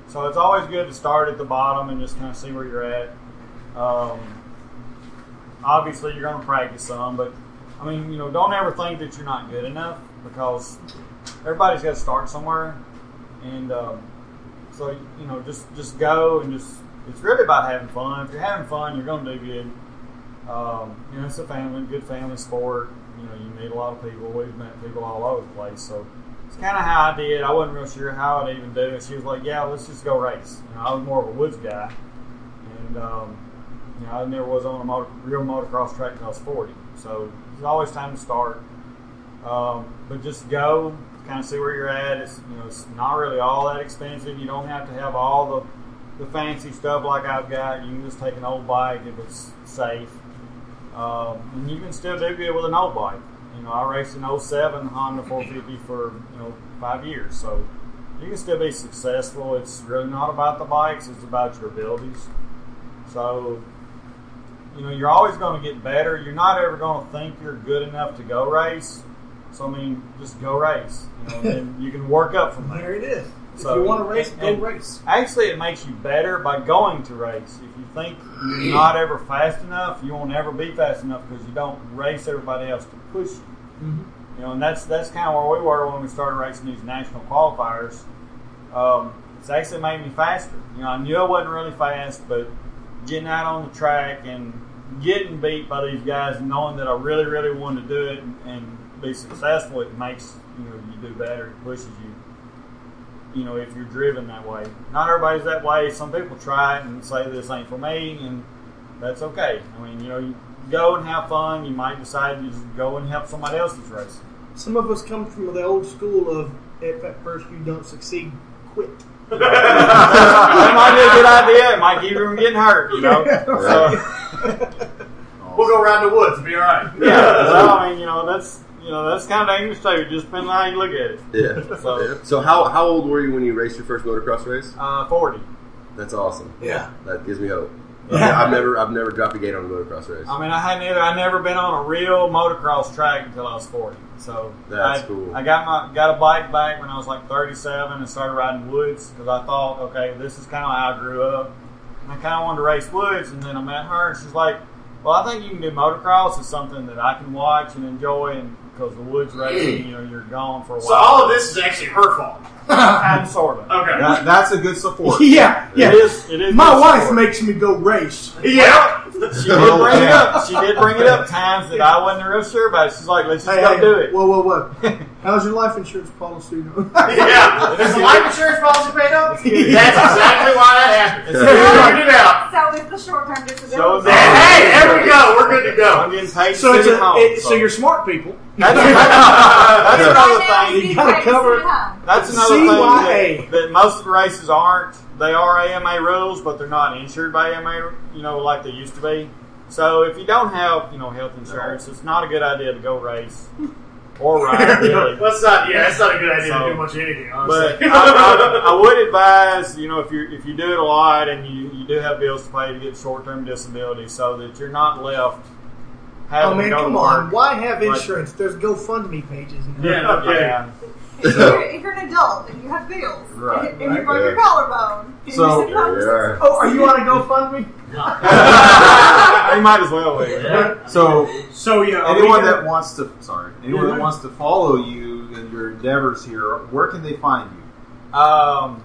Speaker 8: So it's always good to start at the bottom and just kind of see where you're at. Um, obviously, you're going to practice some, but I mean, you know, don't ever think that you're not good enough because everybody's got to start somewhere, and um, so you know, just just go and just it's really about having fun. If you're having fun, you're going to do good. Um, you know, it's a family, good family sport. You know, you meet a lot of people. We've met people all over the place, so. It's kind of how I did. I wasn't real sure how I'd even do it. She was like, "Yeah, let's just go race." You know, I was more of a woods guy, and um, you know, I never was on a motor, real motocross track until I was 40. So it's always time to start. Um, but just go, kind of see where you're at. It's you know, it's not really all that expensive. You don't have to have all the, the fancy stuff like I've got. You can just take an old bike if it's safe, um, and you can still do good with an old bike. You know, I raced an 07 Honda 450 for you know five years, so you can still be successful. It's really not about the bikes; it's about your abilities. So, you know, you're always going to get better. You're not ever going to think you're good enough to go race. So, I mean, just go race. You know, and then you can work up from there.
Speaker 3: There it is.
Speaker 8: So,
Speaker 7: you wanna race,
Speaker 8: and-
Speaker 7: go
Speaker 8: and
Speaker 7: race.
Speaker 8: Actually, it makes you better by going to race. If you think you're not ever fast enough, you won't ever be fast enough because you don't race everybody else to push you. You know, and that's that's kind of where we were when we started racing these national qualifiers. Um, it's actually made me faster. You know, I knew I wasn't really fast, but getting out on the track and getting beat by these guys, and knowing that I really, really wanted to do it and, and be successful, it makes you know you do better. It pushes you. You know, if you're driven that way. Not everybody's that way. Some people try it and say this ain't for me, and that's okay. I mean, you know, you go and have fun. You might decide to just go and help somebody else that's racing.
Speaker 12: Some of us come from the old school of if at first you don't succeed, quit.
Speaker 8: that might be a good idea. It might keep you from getting hurt, you know.
Speaker 2: We'll go around the woods and be all right.
Speaker 8: Yeah, well, I mean, you know, that's you know, that's kind of English too. Just depending on how you look at it.
Speaker 13: Yeah.
Speaker 8: So,
Speaker 13: So how, how old were you when you raced your first motocross race?
Speaker 8: uh, forty.
Speaker 13: That's awesome.
Speaker 8: Yeah.
Speaker 13: That gives me hope. Yeah, I've never I've never dropped a gate on a motocross race.
Speaker 8: I mean, I hadn't either. I never been on a real motocross track until I was forty. So
Speaker 13: That's
Speaker 8: I,
Speaker 13: cool.
Speaker 8: I got my got a bike back when I was like thirty-seven and started riding woods because I thought, okay, this is kind of how I grew up. And I kind of wanted to race woods, and then I met her, and she's like, "Well, I think you can do motocross. It's something that I can watch and enjoy, and because the woods racing, you know, you're gone for a while."
Speaker 2: So all of this is actually her fault.
Speaker 8: I'm sort of
Speaker 2: Okay.
Speaker 8: That-
Speaker 1: that's a good support.
Speaker 12: yeah, yeah.
Speaker 8: It is. It is
Speaker 12: My
Speaker 8: good
Speaker 12: wife
Speaker 8: support.
Speaker 12: makes me go race.
Speaker 2: Yeah.
Speaker 8: She did bring it up. She did bring it up times that I wasn't real sure about. It. She's like, "Let's just
Speaker 12: Hey,
Speaker 8: go
Speaker 12: hey,
Speaker 8: do it."
Speaker 12: Whoa, whoa, whoa. How's your life insurance policy doing?
Speaker 2: Yeah. Is the life insurance policy paid up? That's exactly why that happened.
Speaker 8: It's
Speaker 2: We figured it out.
Speaker 9: So it's the short term disability.
Speaker 8: So it's
Speaker 2: Hey, there we go. We're good to
Speaker 8: I'm
Speaker 2: go.
Speaker 8: getting paid
Speaker 12: so, it's
Speaker 8: city
Speaker 12: a,
Speaker 8: hall,
Speaker 12: it,
Speaker 8: so-
Speaker 12: so you're smart people.
Speaker 8: that's, that's, that's another
Speaker 9: Right now,
Speaker 8: thing.
Speaker 12: You gotta
Speaker 9: need to
Speaker 12: cover-
Speaker 9: sit home.
Speaker 8: That's another
Speaker 12: CYA.
Speaker 8: thing that, that most of the races aren't. They are AMA rules, but they're not insured by AMA, you know, like they used to be. So if you don't have, you know, health insurance, it's not a good idea to go race or ride. Really.
Speaker 2: That's not. Yeah, that's not a good idea
Speaker 8: So-
Speaker 2: to do much of anything. Honestly.
Speaker 8: But I, I, I would advise, you know, if you if you do it a lot and you, you do have bills to pay to get short term disability, so that you're not left having
Speaker 12: Oh man,
Speaker 8: to go
Speaker 12: come
Speaker 8: to
Speaker 12: on.
Speaker 8: work.
Speaker 12: Why have
Speaker 8: Like-
Speaker 12: insurance? There's GoFundMe pages. Now.
Speaker 8: Yeah, yeah.
Speaker 9: If you're, if you're an adult and you have bills,
Speaker 7: Right.
Speaker 9: and, and you broke your collarbone, and you're
Speaker 8: So-
Speaker 9: sitting home,
Speaker 13: Yeah.
Speaker 12: Oh, are you on a GoFundMe?
Speaker 8: you might as well wait.
Speaker 1: So
Speaker 3: So yeah, are we
Speaker 1: anyone
Speaker 3: gonna-
Speaker 1: that wants to sorry anyone that wants to follow you and your endeavors here, where can they find you?
Speaker 8: Um,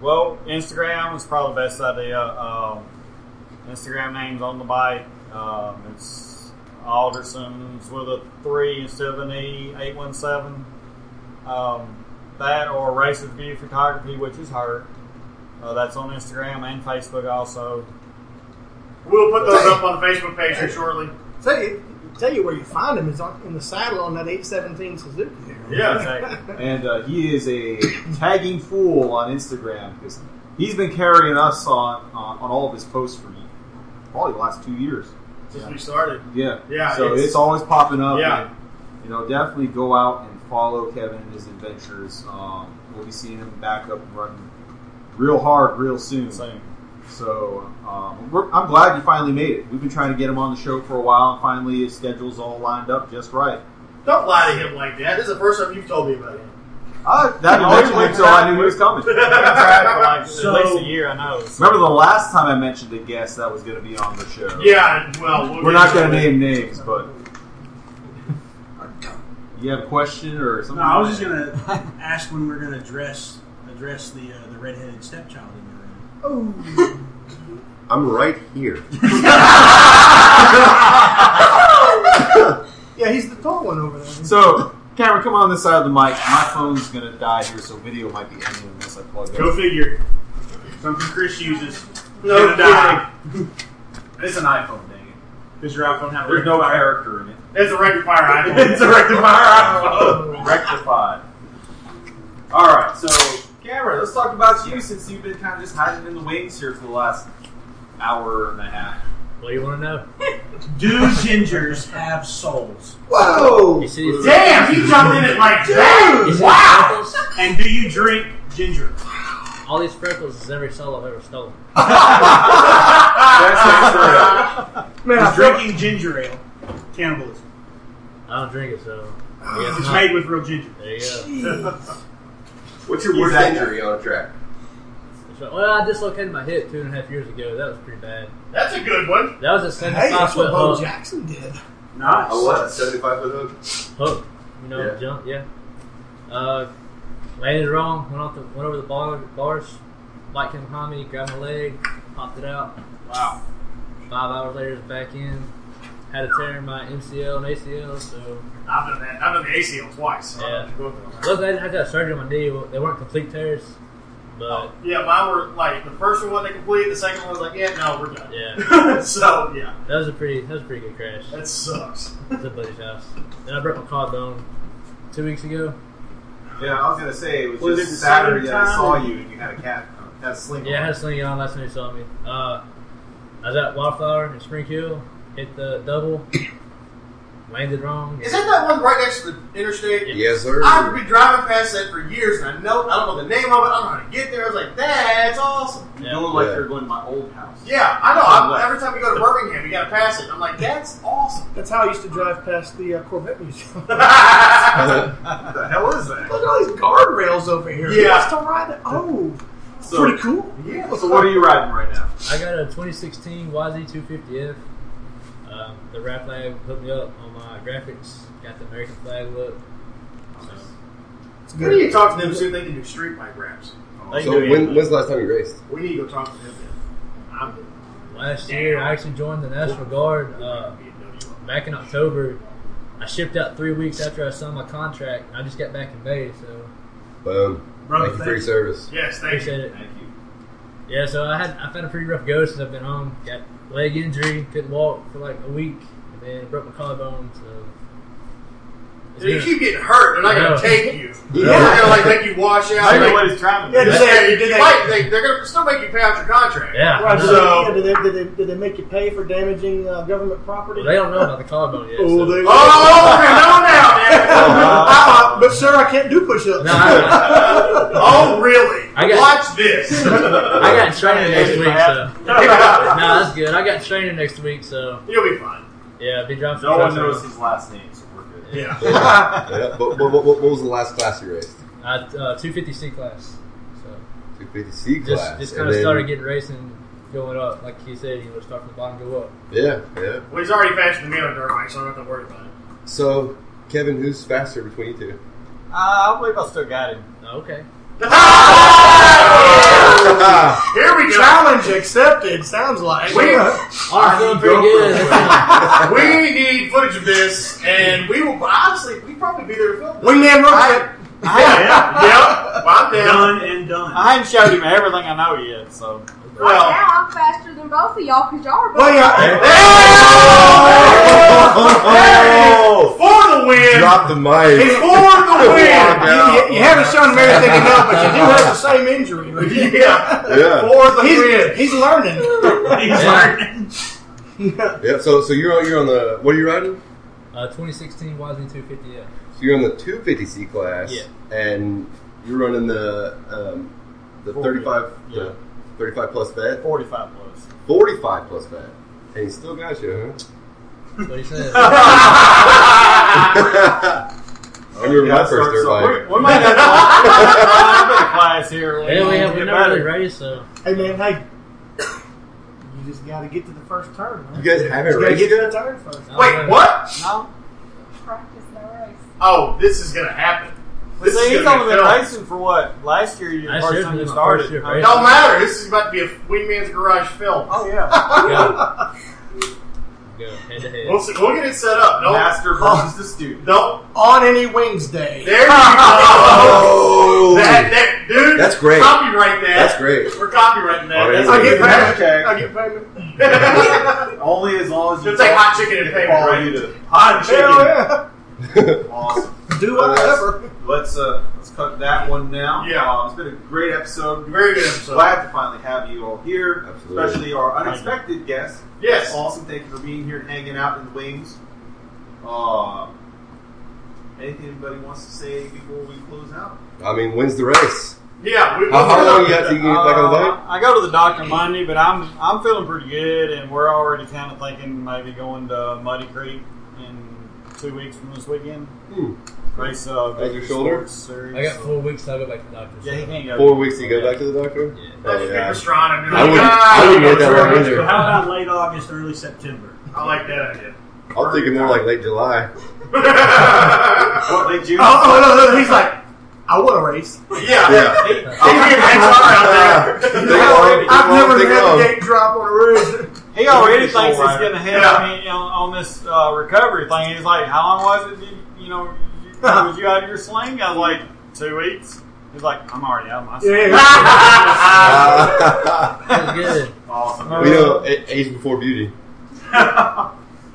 Speaker 8: well, Instagram is probably the best idea. Um, Instagram name's on the bike. Um, it's Alderson's with a three instead of an E, eight one seven. Um, that or Race of View Photography, which is her. Uh, that's on Instagram and Facebook also.
Speaker 2: we'll put those up on the Facebook page here shortly.
Speaker 12: Tell you, tell you where you find him is on, in the saddle on that 817 Suzuki. there.
Speaker 8: Exactly.
Speaker 1: And uh, he is a tagging fool on Instagram because he's been carrying us on on, on all of his posts for probably the last two years.
Speaker 2: Since we started.
Speaker 1: Yeah,
Speaker 2: Yeah,
Speaker 1: So it's,
Speaker 2: it's-
Speaker 1: always popping up.
Speaker 2: Yeah.
Speaker 1: and, you know, definitely go out and follow Kevin and his adventures. Um, we'll be seeing him back up and running real hard, real soon.
Speaker 8: Same.
Speaker 1: So um, we're, I'm glad you finally made it. We've been trying to get him on the show for a while, and finally his schedule's all lined up just right.
Speaker 2: Don't lie to him like that. This is the first time you've told me about him.
Speaker 1: I, that
Speaker 8: Always
Speaker 1: mentioned
Speaker 8: wait
Speaker 1: it, so
Speaker 8: for
Speaker 1: I knew he was coming.
Speaker 8: I've tried for like
Speaker 3: So-
Speaker 8: at least a year, I know. So-
Speaker 1: Remember the last time I mentioned a guest that was going to be on the show?
Speaker 2: Yeah. Well, we'll
Speaker 1: We're
Speaker 2: get
Speaker 1: not
Speaker 2: to
Speaker 1: going to
Speaker 2: it.
Speaker 1: name names, but. You have a question or something?
Speaker 3: No, I was just gonna ask when we're gonna address address the uh, the redheaded stepchild in the room. Oh,
Speaker 13: I'm right here.
Speaker 12: Yeah, he's the tall one over there.
Speaker 1: So, Cameron, come on this side of the mic. My phone's going to die here, so video might be ending unless I plug
Speaker 5: Go
Speaker 1: it.
Speaker 5: figure. Something Chris uses.
Speaker 2: No
Speaker 5: Gonna die.
Speaker 7: It's an iPhone, dang it.
Speaker 5: Does your iPhone have a
Speaker 7: There's no character in it.
Speaker 2: It's a rectifier item.
Speaker 7: it's a rectifier iPhone. Rectified. Alright, so, Cameron, let's talk about you since you've been kind of just hiding in the wings here for the last hour and a half.
Speaker 3: What do you want to know? Do gingers have souls?
Speaker 12: Whoa!
Speaker 2: Damn, you jumped in it like that.
Speaker 14: Wow!
Speaker 5: And do you drink ginger?
Speaker 14: All these freckles is every soul I've ever stolen.
Speaker 1: That's not true.
Speaker 12: Man, I
Speaker 5: Is
Speaker 12: feel-
Speaker 5: drinking ginger ale cannibalism?
Speaker 14: I don't drink it, so. I guess
Speaker 5: It's
Speaker 14: not.
Speaker 5: made with real ginger.
Speaker 14: There you go.
Speaker 5: What's your worst
Speaker 4: Exactly.
Speaker 5: injury on a track?
Speaker 14: Well, I dislocated my hip two and a half years ago. That was pretty bad.
Speaker 2: That's a good one.
Speaker 14: That was a seventy-five
Speaker 3: Hey, that's
Speaker 14: foot
Speaker 3: what Bo
Speaker 14: hook.
Speaker 3: Jackson did.
Speaker 14: Nice.
Speaker 5: A
Speaker 4: Uh,
Speaker 5: what? Seventy-five foot hook.
Speaker 14: Hook. You know,
Speaker 5: Yeah.
Speaker 14: jump. Yeah. Uh, landed wrong. Went off the went over the bar, bars. Bike came behind me, grabbed my leg, popped it out. Wow. Five hours later, it's back in. Had a tear in my MCL and ACL, so
Speaker 2: I've done that. I've done the ACL twice. so
Speaker 14: Yeah.
Speaker 2: I'm good with it.
Speaker 14: Luckily, I didn't have to have surgery on my knee. They weren't complete tears, but
Speaker 2: Yeah, mine were like the first one wasn't complete. The second one was like, yeah, no, we're done.
Speaker 14: Yeah.
Speaker 2: so yeah,
Speaker 14: that was a pretty that was a pretty good crash.
Speaker 2: that sucks.
Speaker 14: It's a buddy's house. And I broke my collarbone two weeks ago.
Speaker 1: Yeah, I was gonna say it was,
Speaker 14: Was it
Speaker 1: just Saturday that I
Speaker 14: summertime?
Speaker 1: saw you and you had a cat, uh, had a sling.
Speaker 14: Yeah, I
Speaker 1: on.
Speaker 14: had a sling on last time you saw me. Uh, I was at Wildflower in Spring Hill, hit the double, landed wrong.
Speaker 2: Is that that one right next to the interstate?
Speaker 4: Yes, sir.
Speaker 1: Ah,
Speaker 2: I've been driving past that for years, and I know I don't know the name of it. I don't know how to get there. I was like, that's awesome.
Speaker 14: Yeah.
Speaker 1: You look like you're going to my old house.
Speaker 2: Yeah, I
Speaker 1: On
Speaker 2: know.
Speaker 1: the
Speaker 2: I,
Speaker 1: left.
Speaker 2: every time we go to Birmingham, we gotta pass it. I'm like, that's awesome.
Speaker 3: That's how I used to drive past the uh, Corvette Museum.
Speaker 1: What the hell is that?
Speaker 3: Look at all these guardrails over here.
Speaker 2: Yeah.
Speaker 3: Just to ride it. Oh,
Speaker 1: So-
Speaker 3: pretty cool.
Speaker 2: Yeah.
Speaker 1: So what are you riding right now?
Speaker 14: I got a 2016 YZ250F. Um, the rap flag hooked me up on my graphics. Got the American flag look. So,
Speaker 3: It's
Speaker 2: We need to talk to them soon. They can do street bike wraps.
Speaker 14: They
Speaker 4: So
Speaker 14: can do
Speaker 4: when,
Speaker 14: it.
Speaker 4: when's the last time you raced?
Speaker 2: We need to go talk to them. Then. I'm good.
Speaker 14: Last year, I actually joined the National Guard uh, back in October. I shipped out three weeks after I signed my contract, and I just got back in May, so
Speaker 4: Boom.
Speaker 2: Brother,
Speaker 4: Thank you for your
Speaker 2: thank-
Speaker 4: service.
Speaker 2: Yes, thank you.
Speaker 14: appreciate it.
Speaker 1: Thank you.
Speaker 14: Yeah, so I had I've had a pretty rough go since I've been home. Got leg injury, couldn't walk for like a week, and then broke my collarbone. So it's
Speaker 2: You
Speaker 14: been-
Speaker 2: keep getting hurt. They're not
Speaker 14: I know.
Speaker 2: gonna take you.
Speaker 4: Yeah.
Speaker 2: They're not gonna like make you wash out.
Speaker 1: Maybe
Speaker 2: Like,
Speaker 1: what he's driving.
Speaker 3: Yeah, just-
Speaker 2: yeah, you
Speaker 3: Did
Speaker 2: did
Speaker 3: they-
Speaker 2: fight, they, they're gonna still make you pay out your contract.
Speaker 14: yeah, I
Speaker 3: Right,
Speaker 14: know.
Speaker 3: so,
Speaker 2: So-
Speaker 3: yeah, did, they, did, they, did they make you pay for damaging uh, government property?
Speaker 14: Well, they don't know about the collarbone yet.
Speaker 3: Oh,
Speaker 14: so-
Speaker 3: they
Speaker 2: Oh, okay, no, now,
Speaker 3: Uh, but sir, I can't do push-ups.
Speaker 14: No, I,
Speaker 2: Oh, really?
Speaker 14: I got-
Speaker 2: Watch this.
Speaker 14: I got training next week, so no,
Speaker 2: You'll
Speaker 14: that's good. I got training next week, so
Speaker 2: be fine.
Speaker 14: yeah, be driving. some
Speaker 1: No one
Speaker 14: trucks
Speaker 1: knows his last name, so we're good.
Speaker 2: Yeah.
Speaker 4: Yeah, but, but, what what was the last class you raced?
Speaker 14: around. I uh, 250C class, so just
Speaker 4: 250C class.
Speaker 14: just
Speaker 4: and
Speaker 14: kind of
Speaker 4: then-
Speaker 14: started getting racing, going up. Like he said, you know, start from the bottom, go up.
Speaker 4: Yeah, yeah.
Speaker 2: Well, he's already faster than me on a dirt bike, so I don't have to worry about it.
Speaker 4: So, Kevin, who's faster between you two?
Speaker 8: Uh, I believe I still got him.
Speaker 14: Okay,
Speaker 4: Ah,
Speaker 2: Here we go.
Speaker 3: Challenge accepted. Sounds like.
Speaker 2: We,
Speaker 14: I'm feeling pretty good.
Speaker 2: we need footage of this, and we will honestly, we'd probably be there to film. this.
Speaker 3: Wingman road
Speaker 8: I,
Speaker 3: trip.
Speaker 8: I, yeah.
Speaker 2: Yep. I'm down.
Speaker 15: Done and done.
Speaker 8: I haven't showed him everything I know yet, so.
Speaker 10: Right
Speaker 2: Well,
Speaker 10: now, I'm faster than both of y'all because y'all are both.
Speaker 3: Well, yeah.
Speaker 2: for the win.
Speaker 4: Drop
Speaker 2: It's
Speaker 4: the mic.
Speaker 2: for the win.
Speaker 4: Yeah.
Speaker 3: You, you haven't shown him everything you know, but you do have the same injury. right?
Speaker 2: Yeah.
Speaker 4: Yeah.
Speaker 2: For the win.
Speaker 3: He's, he's learning.
Speaker 15: He's learning.
Speaker 4: yeah. So, so you're on, you're on the what are you riding?
Speaker 14: Uh, 2016 YZ250F.
Speaker 4: So you're on the 250C class,
Speaker 14: Yeah.
Speaker 4: and you're running the um, the
Speaker 8: Four
Speaker 4: 35
Speaker 8: wheel, yeah.
Speaker 4: the 35 plus vet,
Speaker 8: 45 plus.
Speaker 4: 45 plus vet, and he still got you,
Speaker 14: That's what he said.
Speaker 4: huh? I remember
Speaker 1: Yeah,
Speaker 4: my first
Speaker 1: start-
Speaker 4: dirt
Speaker 1: so
Speaker 4: bike.
Speaker 1: We, we might have
Speaker 2: Uh,
Speaker 8: I'm in a class here.
Speaker 14: Yeah, we have we
Speaker 8: Get
Speaker 14: never really
Speaker 8: better.
Speaker 14: raced, so
Speaker 3: Hey man, hey. You just gotta get to the first turn. Man.
Speaker 4: You guys haven't
Speaker 3: gotta
Speaker 4: raced
Speaker 3: get to
Speaker 4: yet?
Speaker 3: the turn first.
Speaker 14: I don't
Speaker 2: Wait,
Speaker 14: know.
Speaker 2: what?
Speaker 8: No.
Speaker 10: Practice no race.
Speaker 2: Oh, this is gonna happen. This
Speaker 8: See,
Speaker 2: is
Speaker 8: he's
Speaker 2: gonna
Speaker 8: only
Speaker 2: be
Speaker 8: been
Speaker 2: filmed.
Speaker 8: racing for what? Last year, you
Speaker 14: Last year's
Speaker 8: first time
Speaker 14: been
Speaker 8: you
Speaker 14: my
Speaker 8: started.
Speaker 14: first year
Speaker 8: I mean,
Speaker 14: racing.
Speaker 2: Don't matter. This is about to be a Wingman's Garage film.
Speaker 8: Oh, yeah.
Speaker 14: Go. Go head to
Speaker 2: We'll,
Speaker 14: head.
Speaker 2: see, we'll get it set up. No,
Speaker 1: master versus the student.
Speaker 2: no.
Speaker 3: On any wings day.
Speaker 2: There you go.
Speaker 4: Oh,
Speaker 2: that, that, dude.
Speaker 4: That's great.
Speaker 2: Copyright that.
Speaker 4: that's great.
Speaker 2: We're copyrighting that.
Speaker 4: Alright.
Speaker 2: That's
Speaker 3: I get
Speaker 2: paid.
Speaker 3: payment. I get payment.
Speaker 1: Only as long as you
Speaker 2: It's like hot chicken and payment,
Speaker 1: follow
Speaker 2: right?
Speaker 1: you to-
Speaker 2: Hot chicken.
Speaker 3: Hell yeah.
Speaker 1: Awesome.
Speaker 3: Do
Speaker 1: Well,
Speaker 3: I
Speaker 1: that's-
Speaker 3: ever?
Speaker 1: Let's uh, let's cut that one now.
Speaker 2: Yeah.
Speaker 1: Uh, it's been a great episode.
Speaker 2: Very good episode.
Speaker 1: Glad to finally have you all here,
Speaker 4: Absolutely.
Speaker 1: especially our unexpected guest.
Speaker 2: Yes.
Speaker 1: Awesome. Thank you for being here and hanging out in the wings. Uh, anything anybody wants to say before we close out?
Speaker 4: I mean, when's the race?
Speaker 2: Yeah. We,
Speaker 4: How
Speaker 2: we'll-
Speaker 4: how long you got to get back on the
Speaker 8: Uh,
Speaker 4: bike?
Speaker 8: I go to the doctor Monday, but I'm I'm feeling pretty good, and we're already kind of thinking maybe going to Muddy Creek in two weeks from this weekend.
Speaker 4: Hmm.
Speaker 8: Race, uh,
Speaker 4: Like your shoulder?
Speaker 8: Series.
Speaker 14: I got four weeks till I go back to the doctor.
Speaker 8: Yeah, he can't go.
Speaker 4: Four weeks to go back to the doctor? Yeah.
Speaker 8: That's
Speaker 4: yeah.
Speaker 8: super strong. I'm doing
Speaker 4: I wouldn't, I wouldn't wait that long
Speaker 5: But
Speaker 4: either.
Speaker 5: how about late August, early September?
Speaker 2: I like that idea.
Speaker 4: I'm thinking more like late July.
Speaker 5: Uh,
Speaker 2: Uh,
Speaker 8: what, late June?
Speaker 3: Oh, oh, no, no, he's like, I want a race.
Speaker 2: Yeah.
Speaker 4: Yeah.
Speaker 3: I've never had a gate drop on a roof.
Speaker 8: He already thinks he's going to hit on, on this uh, recovery thing. He's like, how long was it? You, you know, you, was you out of your sling? I was like, two weeks. He's like, I'm already out of my sling.
Speaker 4: That's
Speaker 14: good.
Speaker 8: Awesome.
Speaker 4: We know a- age before beauty.
Speaker 3: And
Speaker 1: I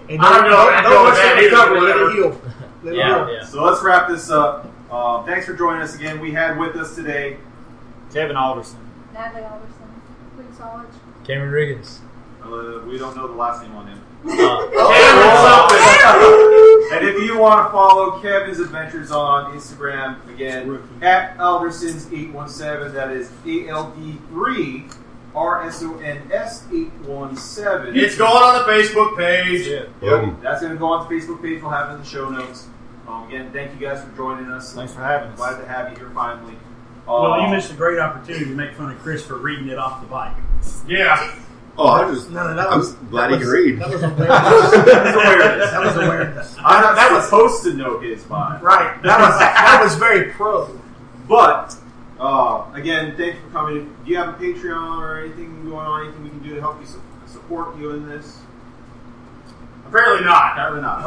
Speaker 1: don't know.
Speaker 3: Don't,
Speaker 1: I don't know
Speaker 3: watch
Speaker 1: that either,
Speaker 3: that recovery.
Speaker 1: but
Speaker 3: Let
Speaker 1: whatever.
Speaker 3: it heal. Let it
Speaker 14: Yeah,
Speaker 3: heal.
Speaker 14: yeah.
Speaker 1: So let's wrap this up. Uh, thanks for joining us again. We had with us today
Speaker 8: Kevin Alderson.
Speaker 10: Natalie Alderson, Luke Solid.
Speaker 14: Cameron Riggins.
Speaker 1: Uh, we don't know the last name on him.
Speaker 2: Uh, Oh.
Speaker 1: and if you want to follow Kevin's adventures on Instagram, again, at Aldersons817, that is ALD3 RSONS 817.
Speaker 2: It's going on the Facebook page.
Speaker 4: Yep.
Speaker 1: That's going to go on the Facebook page. We'll have it in the show notes. Um, again, thank you guys for joining us.
Speaker 8: Thanks for having us.
Speaker 1: Glad to have you here finally.
Speaker 5: Well,
Speaker 1: Uh,
Speaker 5: you missed a great opportunity to make fun of Chris for reading it off the bike.
Speaker 2: Yeah.
Speaker 4: Oh, I'm just,
Speaker 3: No, no, that
Speaker 4: I'm
Speaker 3: was-
Speaker 4: just glad he
Speaker 3: that
Speaker 4: can
Speaker 3: was-
Speaker 4: read.
Speaker 3: That was awareness.
Speaker 1: That's awareness.
Speaker 3: that was awareness.
Speaker 1: I'm not Uh, that was, supposed to know his vibe.
Speaker 3: Right. That was that was very pro.
Speaker 1: But uh, again, thanks for coming. Do you have a Patreon or anything going on? Anything we can do to help you su- support you in this?
Speaker 2: Apparently not.
Speaker 1: Apparently not.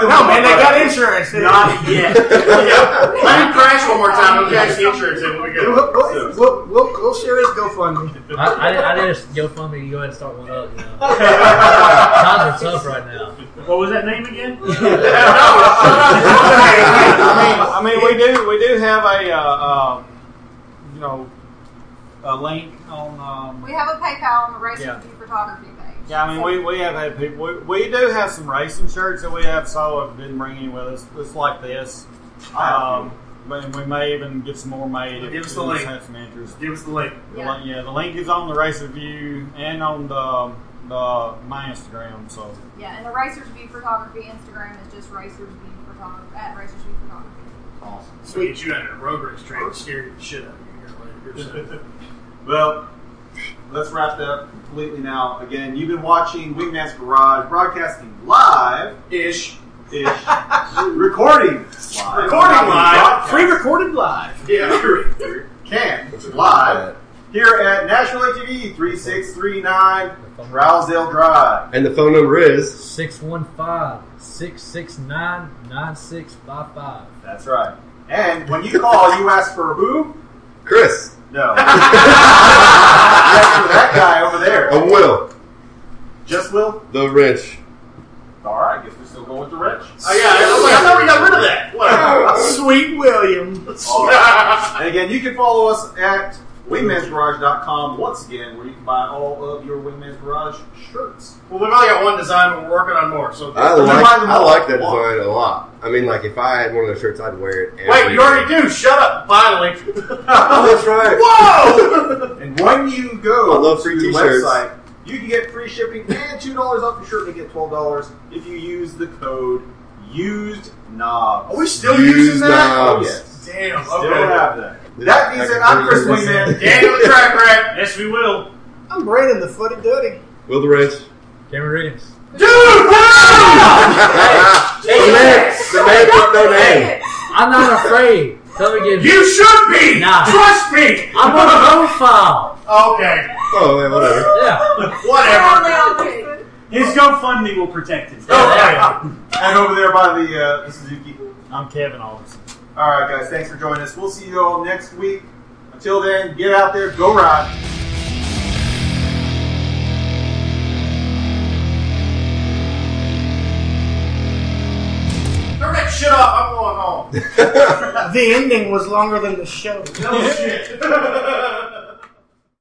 Speaker 3: No man, they got insurance. They-
Speaker 5: Not yet.
Speaker 2: yeah. Let him crash one more time. We'll catch the insurance and we'll be
Speaker 3: We'll, we'll,
Speaker 2: good.
Speaker 3: we'll, we'll, we'll share his GoFundMe.
Speaker 14: I, I, did- I did a GoFundMe to go ahead and start one up. You know. Times are tough right now.
Speaker 5: What was that name again?
Speaker 8: I mean, I mean, we do we do have a uh, um, you know a link on. Um,
Speaker 9: Oh, We have a PayPal on the Racing
Speaker 8: Yeah.
Speaker 9: View Photography page.
Speaker 8: yeah, I mean, we, we have had people. We, we do have some racing shirts that we have. So have been bringing with us. It's like this. Um, but we may even get some more made if
Speaker 2: Give us
Speaker 8: we
Speaker 2: the link.
Speaker 8: have some interest.
Speaker 2: Give us the link.
Speaker 8: The link- yeah, the link is on the race review and on the, the my Instagram. So
Speaker 9: Yeah, and the Racers View Photography Instagram is just Racers View Photography at Racers View Photography.
Speaker 8: awesome.
Speaker 2: So we get you under a road race train and scare the shit out of you here later. So.
Speaker 1: Well, let's wrap that up completely now. Again, you've been watching Wingman's Garage broadcasting live
Speaker 2: Ish.
Speaker 1: ish, recording live,
Speaker 2: Recording live.
Speaker 3: Pre-recorded live.
Speaker 1: yeah, can live here at National ATV three six three nine Rousdale Drive.
Speaker 4: And the phone number is
Speaker 14: 615 669 9655.
Speaker 1: That's right. And when you call, you ask for who?
Speaker 4: Chris.
Speaker 1: No. you ask for that guy over there.
Speaker 4: A Will.
Speaker 1: Just Will?
Speaker 4: The wrench.
Speaker 1: All right, I guess we're still going with the wrench.
Speaker 2: Oh yeah, I was like, I thought we got rid of that. Whatever.
Speaker 3: Sweet William.
Speaker 1: All right. And again, you can follow us at wingmansgarage.com once again, where you can buy all of your Wingman's Garage shirts.
Speaker 2: well, we've only got one design, but we're working on more. So
Speaker 4: I
Speaker 1: Remind
Speaker 4: like,
Speaker 1: them
Speaker 4: I
Speaker 1: all.
Speaker 4: like that design a lot. I mean, like, if I had one of those shirts, I'd wear it every
Speaker 2: wait, you already
Speaker 4: day.
Speaker 2: do. Shut up. Finally.
Speaker 4: Oh, that's right.
Speaker 2: Whoa.
Speaker 1: And when you go
Speaker 4: I love free
Speaker 1: to the
Speaker 4: t-shirts.
Speaker 1: website, you can get free shipping and $2 off your shirt and get $12 if you use the code used
Speaker 2: Are
Speaker 1: knob.
Speaker 2: we still
Speaker 4: Use
Speaker 2: using that?
Speaker 4: knobs.
Speaker 2: Damn.
Speaker 1: Still
Speaker 2: Okay.
Speaker 1: have that. That being said, I'm Chris Wingman.
Speaker 2: Daniel the track rat.
Speaker 5: Yes, we will.
Speaker 3: I'm Brandon the footy duddy.
Speaker 4: Will the wrench.
Speaker 14: Cameron Riggins.
Speaker 2: Dude, wow!
Speaker 4: the man, the man with no name.
Speaker 14: I'm not afraid. Tell me again.
Speaker 2: You should be.
Speaker 14: Nah.
Speaker 2: Trust me.
Speaker 14: I'm on profile.
Speaker 2: Okay.
Speaker 4: Oh, man, whatever.
Speaker 14: Yeah.
Speaker 2: Whatever.
Speaker 5: His GoFundMe will protect him.
Speaker 1: Oh, And over there by the, uh, the Suzuki.
Speaker 8: I'm Kevin Alderson.
Speaker 1: All right, guys, thanks for joining us. We'll see you all next week. Until then, get out there, go ride.
Speaker 2: Turn that shit off. I'm going home.
Speaker 3: The ending was longer than the show.
Speaker 2: No shit.